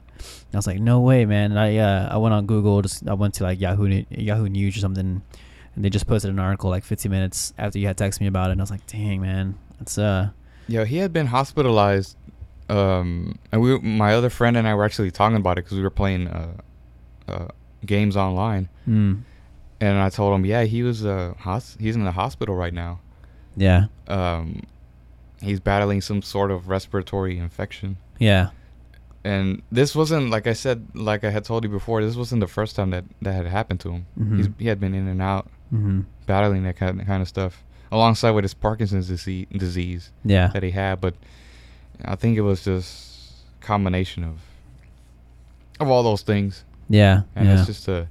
[SPEAKER 2] I was like no way man and I uh I went on Google just I went to like Yahoo New- Yahoo News or something and they just posted an article like 15 minutes after you had texted me about it and I was like dang man that's uh
[SPEAKER 1] Yeah, he had been hospitalized. Um, and we, my other friend and I were actually talking about it because we were playing uh, uh, games online.
[SPEAKER 2] mm,
[SPEAKER 1] and I told him, yeah, he was uh hos- he's in the hospital right now.
[SPEAKER 2] yeah
[SPEAKER 1] Um, he's battling some sort of respiratory infection.
[SPEAKER 2] yeah
[SPEAKER 1] And this wasn't like I said, like I had told you before. This wasn't the first time that that had happened to him.
[SPEAKER 2] Mhm.
[SPEAKER 1] He's, he had been in and out
[SPEAKER 2] mm-hmm.
[SPEAKER 1] battling that kind of, kind of stuff alongside with his Parkinson's disease, disease
[SPEAKER 2] yeah
[SPEAKER 1] that he had. But I think it was just combination of of all those things.
[SPEAKER 2] Yeah.
[SPEAKER 1] And
[SPEAKER 2] yeah.
[SPEAKER 1] it's just a,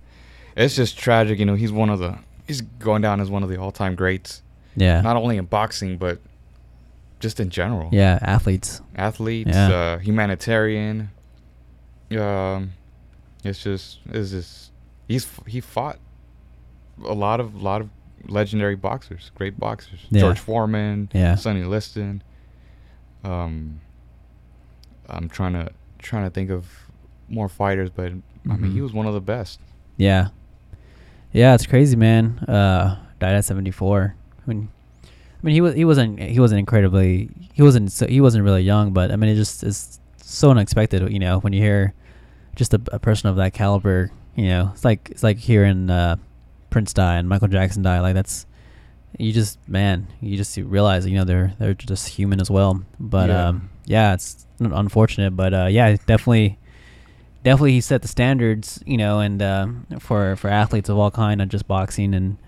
[SPEAKER 1] it's just tragic. You know, he's one of the, he's going down as one of the all-time greats,
[SPEAKER 2] yeah.
[SPEAKER 1] not only in boxing but just in general.
[SPEAKER 2] yeah. Athletes.
[SPEAKER 1] Athletes,
[SPEAKER 2] Yeah.
[SPEAKER 1] uh, humanitarian. Um, it's just, it's just, he's he fought a lot of lot of legendary boxers, great boxers.
[SPEAKER 2] Yeah.
[SPEAKER 1] George Foreman,
[SPEAKER 2] Yeah.
[SPEAKER 1] Sonny Liston. Um, I'm trying to trying to think of more fighters, but I mean, he
[SPEAKER 2] Mhm.
[SPEAKER 1] was one of the best.
[SPEAKER 2] Yeah. Yeah, it's crazy, man. Uh, died at 74. I mean, I mean, he was he wasn't he wasn't incredibly he wasn't so, he wasn't really young, but I mean, it just is so unexpected, you know, when you hear just a, a person of that caliber, you know, it's like it's like hearing uh, Prince die and Michael Jackson die. Like that's you just man, you just realize you know they're they're just human as well. But
[SPEAKER 1] Yeah.
[SPEAKER 2] um, yeah, it's un- unfortunate, but uh, yeah, definitely definitely he set the standards, you know, and uh, for for athletes of all kind, not just boxing, and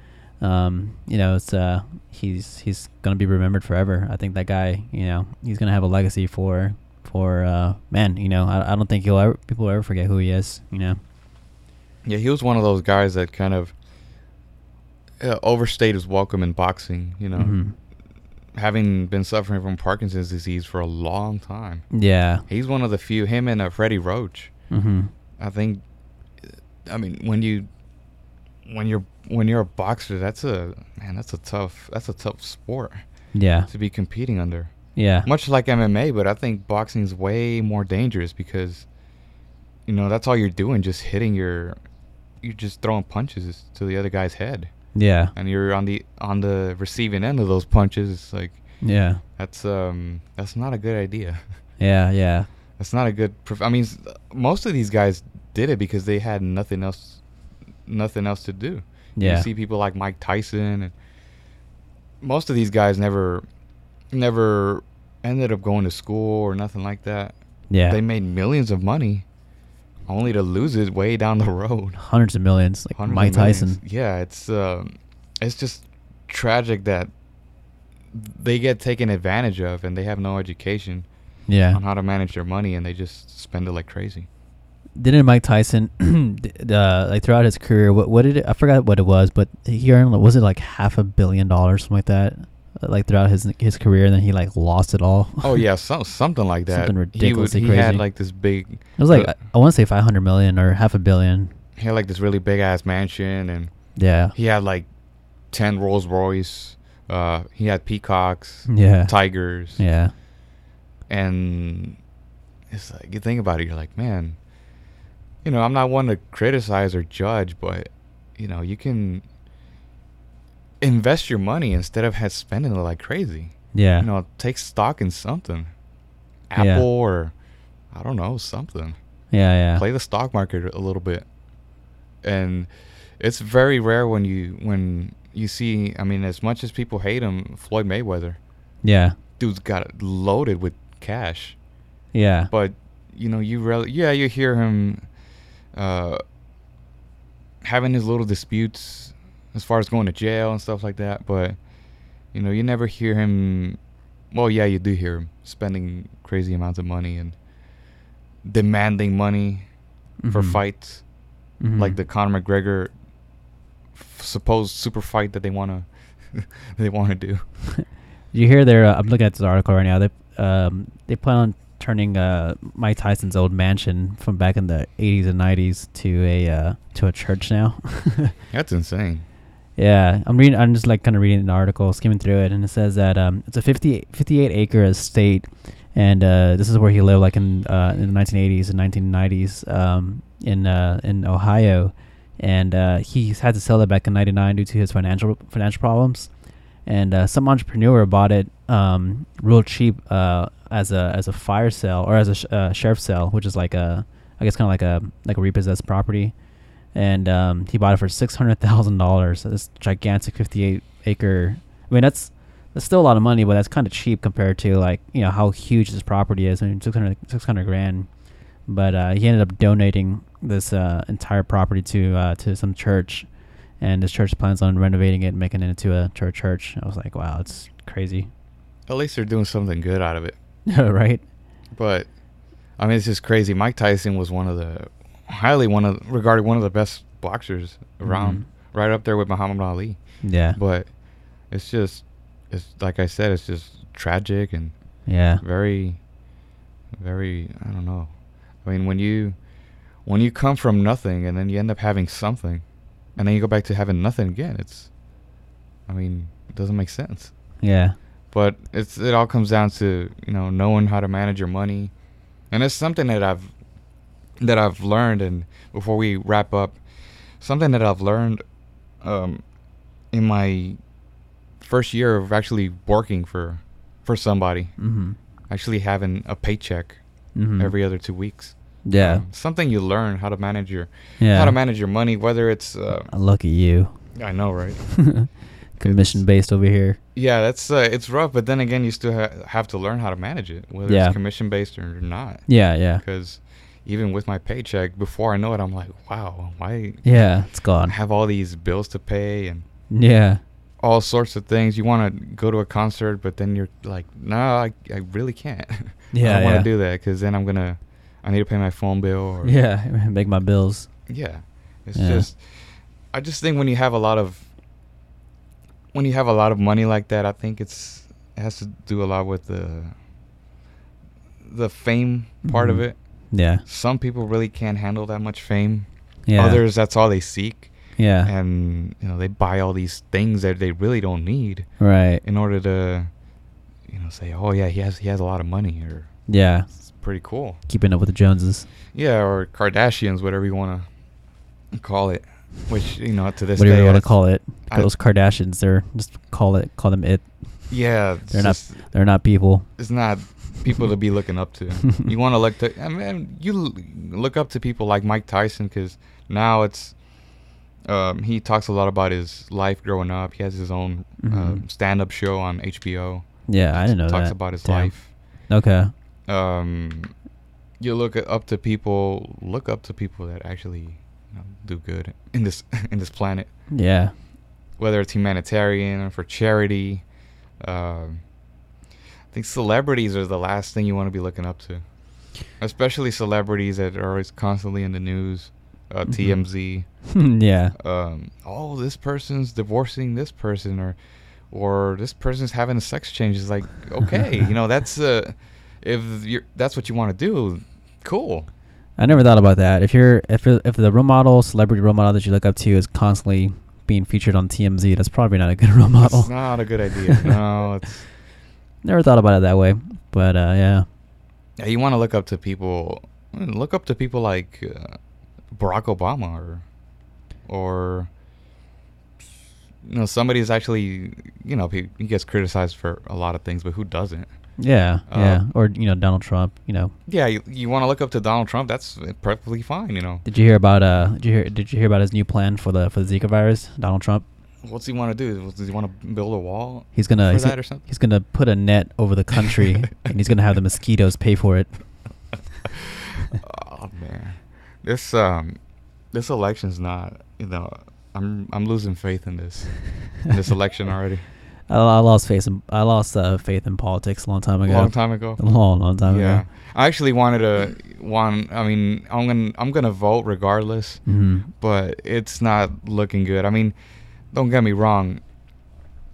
[SPEAKER 2] um, you know, it's uh, he's he's gonna be remembered forever. I think that guy, you know, he's gonna have a legacy for for uh, man, you know, I, I don't think he'll ever people will ever forget who he is, you know.
[SPEAKER 1] Yeah, he was one of those guys that kind of uh, overstayed his welcome in boxing. You know,
[SPEAKER 2] Mhm.
[SPEAKER 1] having been suffering from Parkinson's disease for a long time,
[SPEAKER 2] Yeah.
[SPEAKER 1] he's one of the few. Him and uh, Freddie Roach.
[SPEAKER 2] Mm-hmm.
[SPEAKER 1] I think. I mean, when you when you're when you're a boxer, that's a man. That's a tough. That's a tough sport
[SPEAKER 2] Yeah.
[SPEAKER 1] to be competing under.
[SPEAKER 2] Yeah.
[SPEAKER 1] much like MMA, but I think boxing's way more dangerous because you know that's all you're doing, just hitting your, you're just throwing punches to the other guy's head,
[SPEAKER 2] Yeah.
[SPEAKER 1] and you're on the on the receiving end of those punches. It's like
[SPEAKER 2] Yeah.
[SPEAKER 1] that's um that's not a good idea.
[SPEAKER 2] Yeah. Yeah.
[SPEAKER 1] That's not a good. Prof- I mean, s- most of these guys did it because they had nothing else, nothing else to do.
[SPEAKER 2] Yeah.
[SPEAKER 1] You see people like Mike Tyson and most of these guys never never ended up going to school or nothing like that.
[SPEAKER 2] Yeah.
[SPEAKER 1] They made millions of money only to lose it way down the road.
[SPEAKER 2] hundreds of millions, like
[SPEAKER 1] Hundreds of
[SPEAKER 2] Mike
[SPEAKER 1] millions.
[SPEAKER 2] Tyson.
[SPEAKER 1] Yeah, it's um it's just tragic that they get taken advantage of and they have no education
[SPEAKER 2] Yeah.
[SPEAKER 1] on how to manage their money and they just spend it like crazy.
[SPEAKER 2] didn't Mike Tyson d- uh, like throughout his career? What what did it, I forgot what it was, but he earned was it like half a billion dollars, something like that, Uh, like throughout his his career, and then he like lost it all.
[SPEAKER 1] Oh yeah, so, something like that.
[SPEAKER 2] Something ridiculously
[SPEAKER 1] he, would, he had
[SPEAKER 2] crazy.
[SPEAKER 1] like this big
[SPEAKER 2] it was like
[SPEAKER 1] uh,
[SPEAKER 2] I, I want to say five hundred million or half a billion.
[SPEAKER 1] he had like this really big ass mansion and
[SPEAKER 2] Yeah,
[SPEAKER 1] He had like ten Rolls Royce. Uh, he had peacocks,
[SPEAKER 2] yeah,
[SPEAKER 1] tigers,
[SPEAKER 2] yeah,
[SPEAKER 1] and it's like you think about it, you're like, man, you know, I'm not one to criticize or judge, but you know, you can invest your money instead of ha spending it like crazy.
[SPEAKER 2] yeah,
[SPEAKER 1] You know, take stock in something,
[SPEAKER 2] Yeah.
[SPEAKER 1] Apple or I don't know something
[SPEAKER 2] yeah, yeah,
[SPEAKER 1] play the stock market a little bit and it's very rare when you when you see i mean as much as people hate him floyd mayweather
[SPEAKER 2] yeah,
[SPEAKER 1] dude's got it loaded with cash
[SPEAKER 2] yeah,
[SPEAKER 1] but you know you really yeah you hear him uh having his little disputes as far as going to jail and stuff like that but you know you never hear him well yeah you do hear him spending crazy amounts of money and demanding money for
[SPEAKER 2] Mhm.
[SPEAKER 1] fights
[SPEAKER 2] Mhm.
[SPEAKER 1] like the Conor McGregor f- supposed super fight that they want to they want to do.
[SPEAKER 2] You hear there? Uh, I'm looking at this article right now. They um they plan on turning uh Mike Tyson's old mansion from back in the 80s and 90s to a uh, to a church now.
[SPEAKER 1] That's insane.
[SPEAKER 2] Yeah, I'm reading. I'm just like kind of reading an article, skimming through it, and it says that um, it's a 50, 58 acre estate, and uh, this is where he lived, like in uh, in the 1980s and 1990s, um, in uh, in Ohio, and uh, he had to sell it back in '99 due to his financial financial problems, and uh, some entrepreneur bought it um, real cheap uh, as a as a fire sale or as a sh- uh, sheriff sale, which is like a I guess kind of like a like a repossessed property and um, he bought it for six hundred thousand dollars. This gigantic fifty-eight acre. I mean, that's that's still a lot of money, but that's kind of cheap compared to like you know how huge this property is. I mean, 600, 600 grand. But uh, he ended up donating this uh, entire property to uh, to some church, and this church plans on renovating it and making it into a church. Church. I was like, wow, it's crazy,
[SPEAKER 1] At least they're doing something good out of it.
[SPEAKER 2] right?
[SPEAKER 1] But I mean, it's just crazy. Mike Tyson was one of the highly one of regarded one of the best boxers around,
[SPEAKER 2] Mhm.
[SPEAKER 1] right up there with Muhammad Ali.
[SPEAKER 2] Yeah.
[SPEAKER 1] But it's just, it's like I said, it's just tragic and
[SPEAKER 2] yeah.
[SPEAKER 1] very, very. I don't know. I mean, when you when you come from nothing and then you end up having something, and then you go back to having nothing again, it's. I mean, it doesn't make sense
[SPEAKER 2] Yeah.
[SPEAKER 1] but it's it all comes down to you know knowing how to manage your money and it's something that i've that i've learned and before we wrap up something that i've learned um in my first year of actually working for for somebody
[SPEAKER 2] Mm-hmm.
[SPEAKER 1] actually having a paycheck
[SPEAKER 2] Mm-hmm.
[SPEAKER 1] every other two weeks
[SPEAKER 2] Yeah.
[SPEAKER 1] Um, something you learn how to manage your
[SPEAKER 2] yeah.
[SPEAKER 1] how to manage your money whether it's uh,
[SPEAKER 2] Uh, Look at you.
[SPEAKER 1] i know right
[SPEAKER 2] Commission based over here.
[SPEAKER 1] Yeah, that's uh, it's rough, but then again, you still ha- have to learn how to manage it, whether
[SPEAKER 2] Yeah.
[SPEAKER 1] it's commission based or not.
[SPEAKER 2] Yeah. Yeah.
[SPEAKER 1] Because even with my paycheck, before I know it, I'm like, wow, why
[SPEAKER 2] Yeah. It's
[SPEAKER 1] I
[SPEAKER 2] gone.
[SPEAKER 1] have all these bills to pay and
[SPEAKER 2] Yeah.
[SPEAKER 1] all sorts of things. You want to go to a concert, but then you're like, no, I, I really can't. I
[SPEAKER 2] Yeah,
[SPEAKER 1] don't want
[SPEAKER 2] yeah.
[SPEAKER 1] to do that because then I'm gonna I need to pay my phone bill. Or,
[SPEAKER 2] Yeah. Make my bills.
[SPEAKER 1] yeah. It's
[SPEAKER 2] Yeah.
[SPEAKER 1] just I just think when you have a lot of when you have a lot of money like that, I think it's it has to do a lot with the the fame part of
[SPEAKER 2] Mhm.
[SPEAKER 1] it.
[SPEAKER 2] Yeah.
[SPEAKER 1] Some people really can't handle that much fame.
[SPEAKER 2] Yeah.
[SPEAKER 1] Others that's all they seek.
[SPEAKER 2] Yeah.
[SPEAKER 1] And you know, they buy all these things that they really don't need
[SPEAKER 2] right.
[SPEAKER 1] in order to you know, say, "Oh yeah, he has he has a lot of money or
[SPEAKER 2] Yeah.
[SPEAKER 1] it's pretty cool."
[SPEAKER 2] Keeping up with the Joneses.
[SPEAKER 1] Yeah, or Kardashians, whatever you want to call it. Which you know, to this
[SPEAKER 2] Whatever
[SPEAKER 1] day,
[SPEAKER 2] you want
[SPEAKER 1] I-
[SPEAKER 2] to call it.
[SPEAKER 1] I-
[SPEAKER 2] Those Kardashians. They're just call it. Call them it.
[SPEAKER 1] Yeah, it's,
[SPEAKER 2] They're not.
[SPEAKER 1] just-
[SPEAKER 2] They're not people.
[SPEAKER 1] it's not people to be looking up to. you want to look to. I mean, you l- look up to people like Mike Tyson because now it's. Um, he talks a lot about his life growing up. He has his own um,
[SPEAKER 2] Mhm.
[SPEAKER 1] stand-up show on HBO.
[SPEAKER 2] Yeah, I didn't know
[SPEAKER 1] talks
[SPEAKER 2] that.
[SPEAKER 1] about his
[SPEAKER 2] Damn.
[SPEAKER 1] life.
[SPEAKER 2] Okay.
[SPEAKER 1] Um, you look up to people. Look up to people that actually you know, do good in this in this planet.
[SPEAKER 2] Yeah.
[SPEAKER 1] whether it's humanitarian or for charity. Um, I think celebrities are the last thing you want to be looking up to, especially celebrities that are always constantly in the news, uh,
[SPEAKER 2] Mhm.
[SPEAKER 1] TMZ.
[SPEAKER 2] yeah.
[SPEAKER 1] Um, oh, this person's divorcing this person, or or this person's having a sex change. It's like, okay, you know, that's uh, if you're that's what you want to do, cool.
[SPEAKER 2] I never thought about that. If you're if you're- if the role model, celebrity role model that you look up to is constantly being featured on TMZ, that's probably not a good role model.
[SPEAKER 1] It's not a good idea. No, it's
[SPEAKER 2] never thought about it that way. But uh, yeah.
[SPEAKER 1] Yeah, you want to look up to people. Look up to people like uh, Barack Obama or, or you know, somebody who's actually you know he, he gets criticized for a lot of things, but who doesn't?
[SPEAKER 2] Yeah. yeah.
[SPEAKER 1] Um,
[SPEAKER 2] Or you know Donald Trump. You know.
[SPEAKER 1] Yeah, you, you want to look up to Donald Trump. That's perfectly fine. You know,
[SPEAKER 2] Did you hear about uh? Did you hear Did you hear about his new plan for the for the Zika virus? Donald Trump.
[SPEAKER 1] what's he want to do? Does he want to build a wall?
[SPEAKER 2] He's gonna
[SPEAKER 1] for
[SPEAKER 2] he's,
[SPEAKER 1] that or something?
[SPEAKER 2] he's gonna put a net over the country, and he's gonna have the mosquitoes pay for it.
[SPEAKER 1] oh man, this um, this election's not. You know, I'm I'm losing faith in this in this election already.
[SPEAKER 2] I, I lost faith in I lost uh, faith in politics a long time ago.
[SPEAKER 1] Long time ago.
[SPEAKER 2] A long, long time
[SPEAKER 1] yeah,
[SPEAKER 2] ago.
[SPEAKER 1] I actually wanted to one. I mean, I'm gonna I'm gonna vote regardless,
[SPEAKER 2] Mhm.
[SPEAKER 1] but it's not looking good. I mean, don't get me wrong.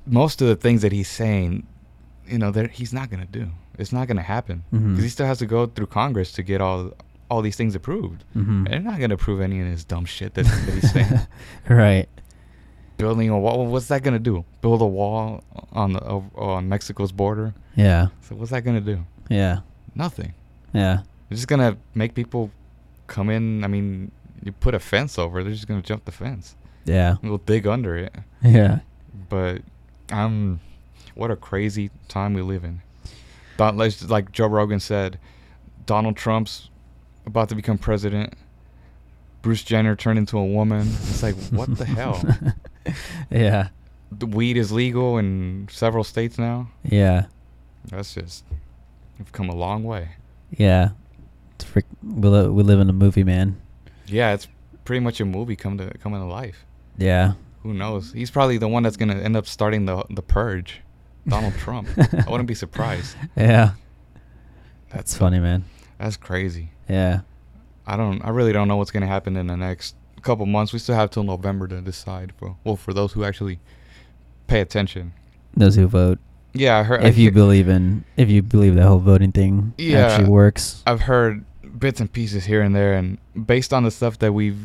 [SPEAKER 1] Most of the things that he's saying, you know, that he's not gonna do. It's not gonna happen because
[SPEAKER 2] Mhm.
[SPEAKER 1] he still has to go through Congress to get all all these things approved.
[SPEAKER 2] Mhm.
[SPEAKER 1] They're not gonna approve any of this dumb shit that, that he's saying.
[SPEAKER 2] right.
[SPEAKER 1] Building a wall. What's that gonna do? Build a wall on the on Mexico's border.
[SPEAKER 2] Yeah.
[SPEAKER 1] So what's that gonna do?
[SPEAKER 2] Yeah.
[SPEAKER 1] Nothing.
[SPEAKER 2] Yeah.
[SPEAKER 1] They're just gonna make people come in. I mean, you put a fence over, they're just gonna jump the fence.
[SPEAKER 2] Yeah.
[SPEAKER 1] We'll dig under it.
[SPEAKER 2] Yeah.
[SPEAKER 1] But um, what a crazy time we live in. Don, like- like Joe Rogan said, Donald Trump's about to become president. Bruce Jenner turned into a woman. It's like what the hell?
[SPEAKER 2] yeah.
[SPEAKER 1] The weed is legal in several states now.
[SPEAKER 2] Yeah.
[SPEAKER 1] That's just we've come a long way.
[SPEAKER 2] Yeah. It's frick, we, li- we live in a movie, man.
[SPEAKER 1] Yeah, it's pretty much a movie come to coming to life.
[SPEAKER 2] Yeah.
[SPEAKER 1] Who knows? He's probably the one that's going to end up starting the the purge. Donald Trump. I wouldn't be surprised.
[SPEAKER 2] Yeah.
[SPEAKER 1] That's
[SPEAKER 2] That's funny, man.
[SPEAKER 1] That's crazy.
[SPEAKER 2] Yeah.
[SPEAKER 1] I don't. I really don't know what's gonna happen in the next couple months. We still have till November to decide. For well, for those who actually pay attention.
[SPEAKER 2] Those who vote.
[SPEAKER 1] Yeah, I heard.
[SPEAKER 2] If
[SPEAKER 1] I
[SPEAKER 2] you
[SPEAKER 1] thi-
[SPEAKER 2] believe in, if you believe the whole voting thing
[SPEAKER 1] Yeah.
[SPEAKER 2] actually works.
[SPEAKER 1] I've heard bits and pieces here and there, and based on the stuff that we've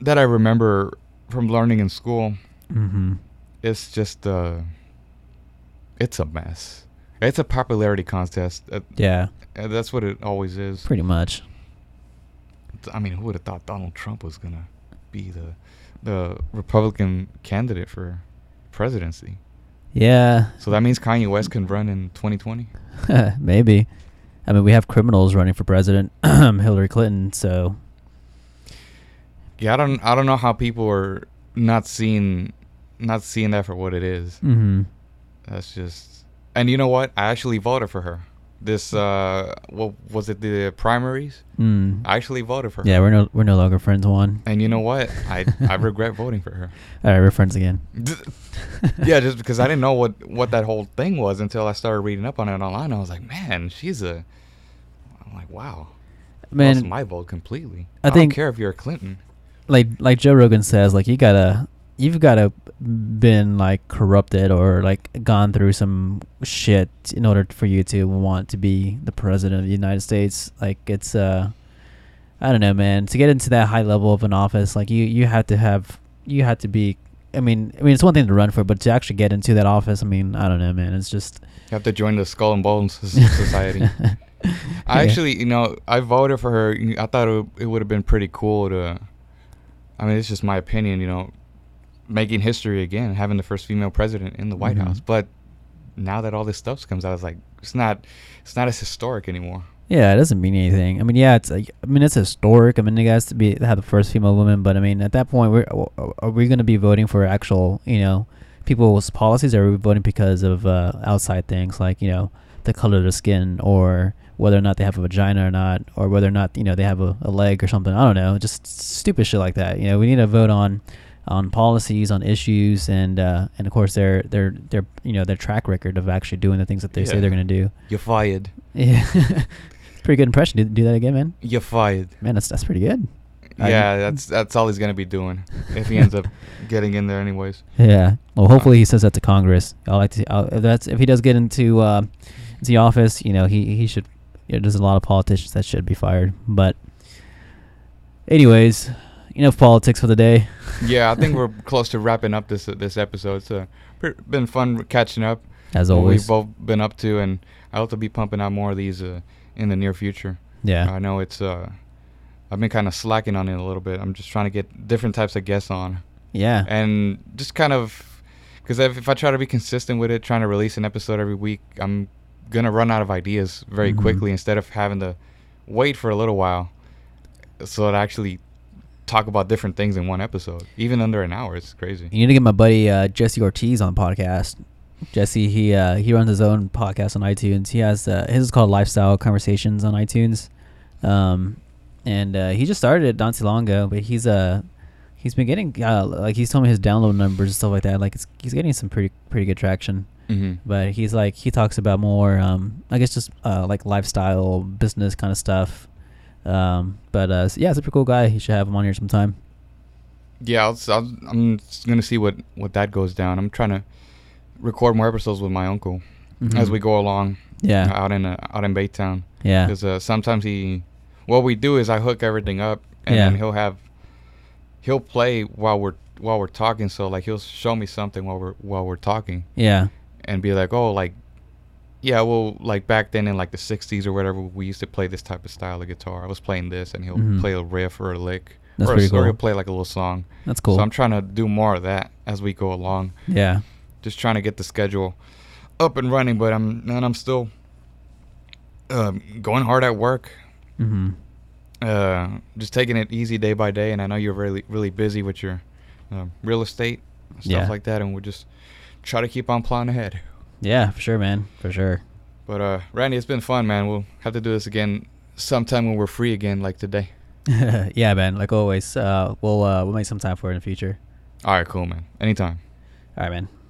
[SPEAKER 1] that I remember from learning in school,
[SPEAKER 2] Mm-hmm.
[SPEAKER 1] it's just uh, it's a mess. It's a popularity contest. Uh,
[SPEAKER 2] Yeah,
[SPEAKER 1] uh, that's what it always is.
[SPEAKER 2] pretty much.
[SPEAKER 1] I mean, who would have thought Donald Trump was gonna be the the Republican candidate for presidency?
[SPEAKER 2] Yeah,
[SPEAKER 1] So that means Kanye West can run in 2020.
[SPEAKER 2] maybe. I mean, we have criminals running for president, Hillary Clinton. So
[SPEAKER 1] Yeah, I don't I don't know how people are not seeing not seeing that for what it is.
[SPEAKER 2] hmm
[SPEAKER 1] That's just and you know what? I actually voted for her. This uh, what was it? The primaries?
[SPEAKER 2] Mm.
[SPEAKER 1] I actually voted for her.
[SPEAKER 2] yeah, we're no we're no longer friends. Juan.
[SPEAKER 1] And you know what? I I regret voting for her.
[SPEAKER 2] All right, we're friends again.
[SPEAKER 1] yeah, just because I didn't know what what that whole thing was until I started reading up on it online. I was like, man, she's a. I'm like, wow.
[SPEAKER 2] Man,
[SPEAKER 1] Lost my vote completely.
[SPEAKER 2] I
[SPEAKER 1] I,
[SPEAKER 2] think-
[SPEAKER 1] don't care if you're a Clinton.
[SPEAKER 2] like like Joe Rogan says, like you gotta you've gotta been like corrupted or like gone through some shit in order for you to want to be the president of the United States. Like it's uh I don't know, man. To get into that high level of an office, like you you have to have you have to be I mean I mean it's one thing to run for, but to actually get into that office, I mean, I don't know, man. It's just
[SPEAKER 1] You have to join the Skull and Bones Soc- Society. I
[SPEAKER 2] Yeah.
[SPEAKER 1] actually, you know, I voted for her. I thought it, would- it would have been pretty cool to. I mean, it's just my opinion, you know, making history again, having the first female president in the White
[SPEAKER 2] Mhm.
[SPEAKER 1] House. But now that all this stuff comes out, it's like it's not, it's not as historic anymore.
[SPEAKER 2] Yeah, it doesn't mean anything. I mean, yeah, it's like I mean, it's historic. I mean, it has to be have the first female woman, but I mean, at that point, we're are- are we going to be voting for actual, you know, people's policies, or are we voting because of uh, outside things like you know the color of their skin, or whether or not they have a vagina or not, or whether or not you know they have a, a leg or something? I don't know, just stupid shit like that. You know, we need to vote on on policies, on issues, and uh, and of course their their their you know their track record of actually doing the things that they say
[SPEAKER 1] Yeah.
[SPEAKER 2] they're going to do.
[SPEAKER 1] You're fired.
[SPEAKER 2] Yeah, pretty good impression. Do, do that again, man.
[SPEAKER 1] You're fired.
[SPEAKER 2] Man, that's that's pretty good. I-
[SPEAKER 1] Yeah, that's that's all he's gonna be doing if he ends up getting in there, anyways.
[SPEAKER 2] Yeah. Well, hopefully he says that to Congress. I like to. I'll, if that's if he does get into uh, into office, you know, he he should. You know, there's a lot of politicians that should be fired, but anyways, enough politics for the day.
[SPEAKER 1] Yeah, I think we're close to wrapping up this this episode. It's uh, pre- been fun catching up.
[SPEAKER 2] as
[SPEAKER 1] what
[SPEAKER 2] always.
[SPEAKER 1] we've both been up to, and I hope to be pumping out more of these uh, in the near future.
[SPEAKER 2] yeah.
[SPEAKER 1] I know it's uh, I've been kind of slacking on it a little bit. I'm just trying to get different types of guests on,
[SPEAKER 2] Yeah.
[SPEAKER 1] and just kind of because if, if I try to be consistent with it, trying to release an episode every week, I'm gonna run out of ideas very
[SPEAKER 2] Mhm.
[SPEAKER 1] quickly. Instead of having to wait for a little while, so to actually talk about different things in one episode, even under an hour, it's crazy.
[SPEAKER 2] You need to get my buddy uh, Jesse Ortiz on the podcast. Jesse, he uh, he runs his own podcast on iTunes. He has uh, his is called Lifestyle Conversations on iTunes, um, and uh, he just started it not too long ago. But he's uh he's been getting uh, like he's told me his download numbers and stuff like that. Like it's, he's getting some pretty pretty good traction.
[SPEAKER 1] Mm-hmm.
[SPEAKER 2] But he's like he talks about more um, I guess just uh, like lifestyle business kind of stuff. Um, but uh, yeah, super cool guy. You should have him on here sometime.
[SPEAKER 1] Yeah, I'll, s will I'm just gonna see what what that goes down. I'm trying to record more episodes with my uncle as
[SPEAKER 2] Mhm.
[SPEAKER 1] we go along.
[SPEAKER 2] Yeah.
[SPEAKER 1] out in uh, out in Baytown
[SPEAKER 2] Yeah.
[SPEAKER 1] because uh, sometimes he, what we do is I hook everything up and
[SPEAKER 2] Yeah.
[SPEAKER 1] then he'll have, he'll play while we're while we're talking. So like he'll show me something while we're while we're talking
[SPEAKER 2] Yeah.
[SPEAKER 1] and be like, oh like, yeah, well like back then in like the '60s or whatever, we used to play this type of style of guitar. I was playing this, and he'll
[SPEAKER 2] Mhm.
[SPEAKER 1] play a riff or a lick.
[SPEAKER 2] That's
[SPEAKER 1] or, a
[SPEAKER 2] pretty
[SPEAKER 1] s- or he'll
[SPEAKER 2] cool.
[SPEAKER 1] play like a little song.
[SPEAKER 2] That's cool.
[SPEAKER 1] So I'm trying to do more of that as we go along.
[SPEAKER 2] yeah.
[SPEAKER 1] Just trying to get the schedule up and running, but I'm and I'm still um, going hard at work.
[SPEAKER 2] Mm-hmm.
[SPEAKER 1] Uh, just taking it easy day by day, and I know you're really really busy with your um, real estate stuff
[SPEAKER 2] Yeah.
[SPEAKER 1] like that, and we'll just try to keep on plowing ahead.
[SPEAKER 2] Yeah, for sure, man. For sure.
[SPEAKER 1] But uh, Randy, it's been fun, man. We'll have to do this again sometime when we're free again, like today.
[SPEAKER 2] yeah, man. Like always, uh, we'll uh, we'll make some time for it in the future.
[SPEAKER 1] All right, cool, man. Anytime.
[SPEAKER 2] All right, man.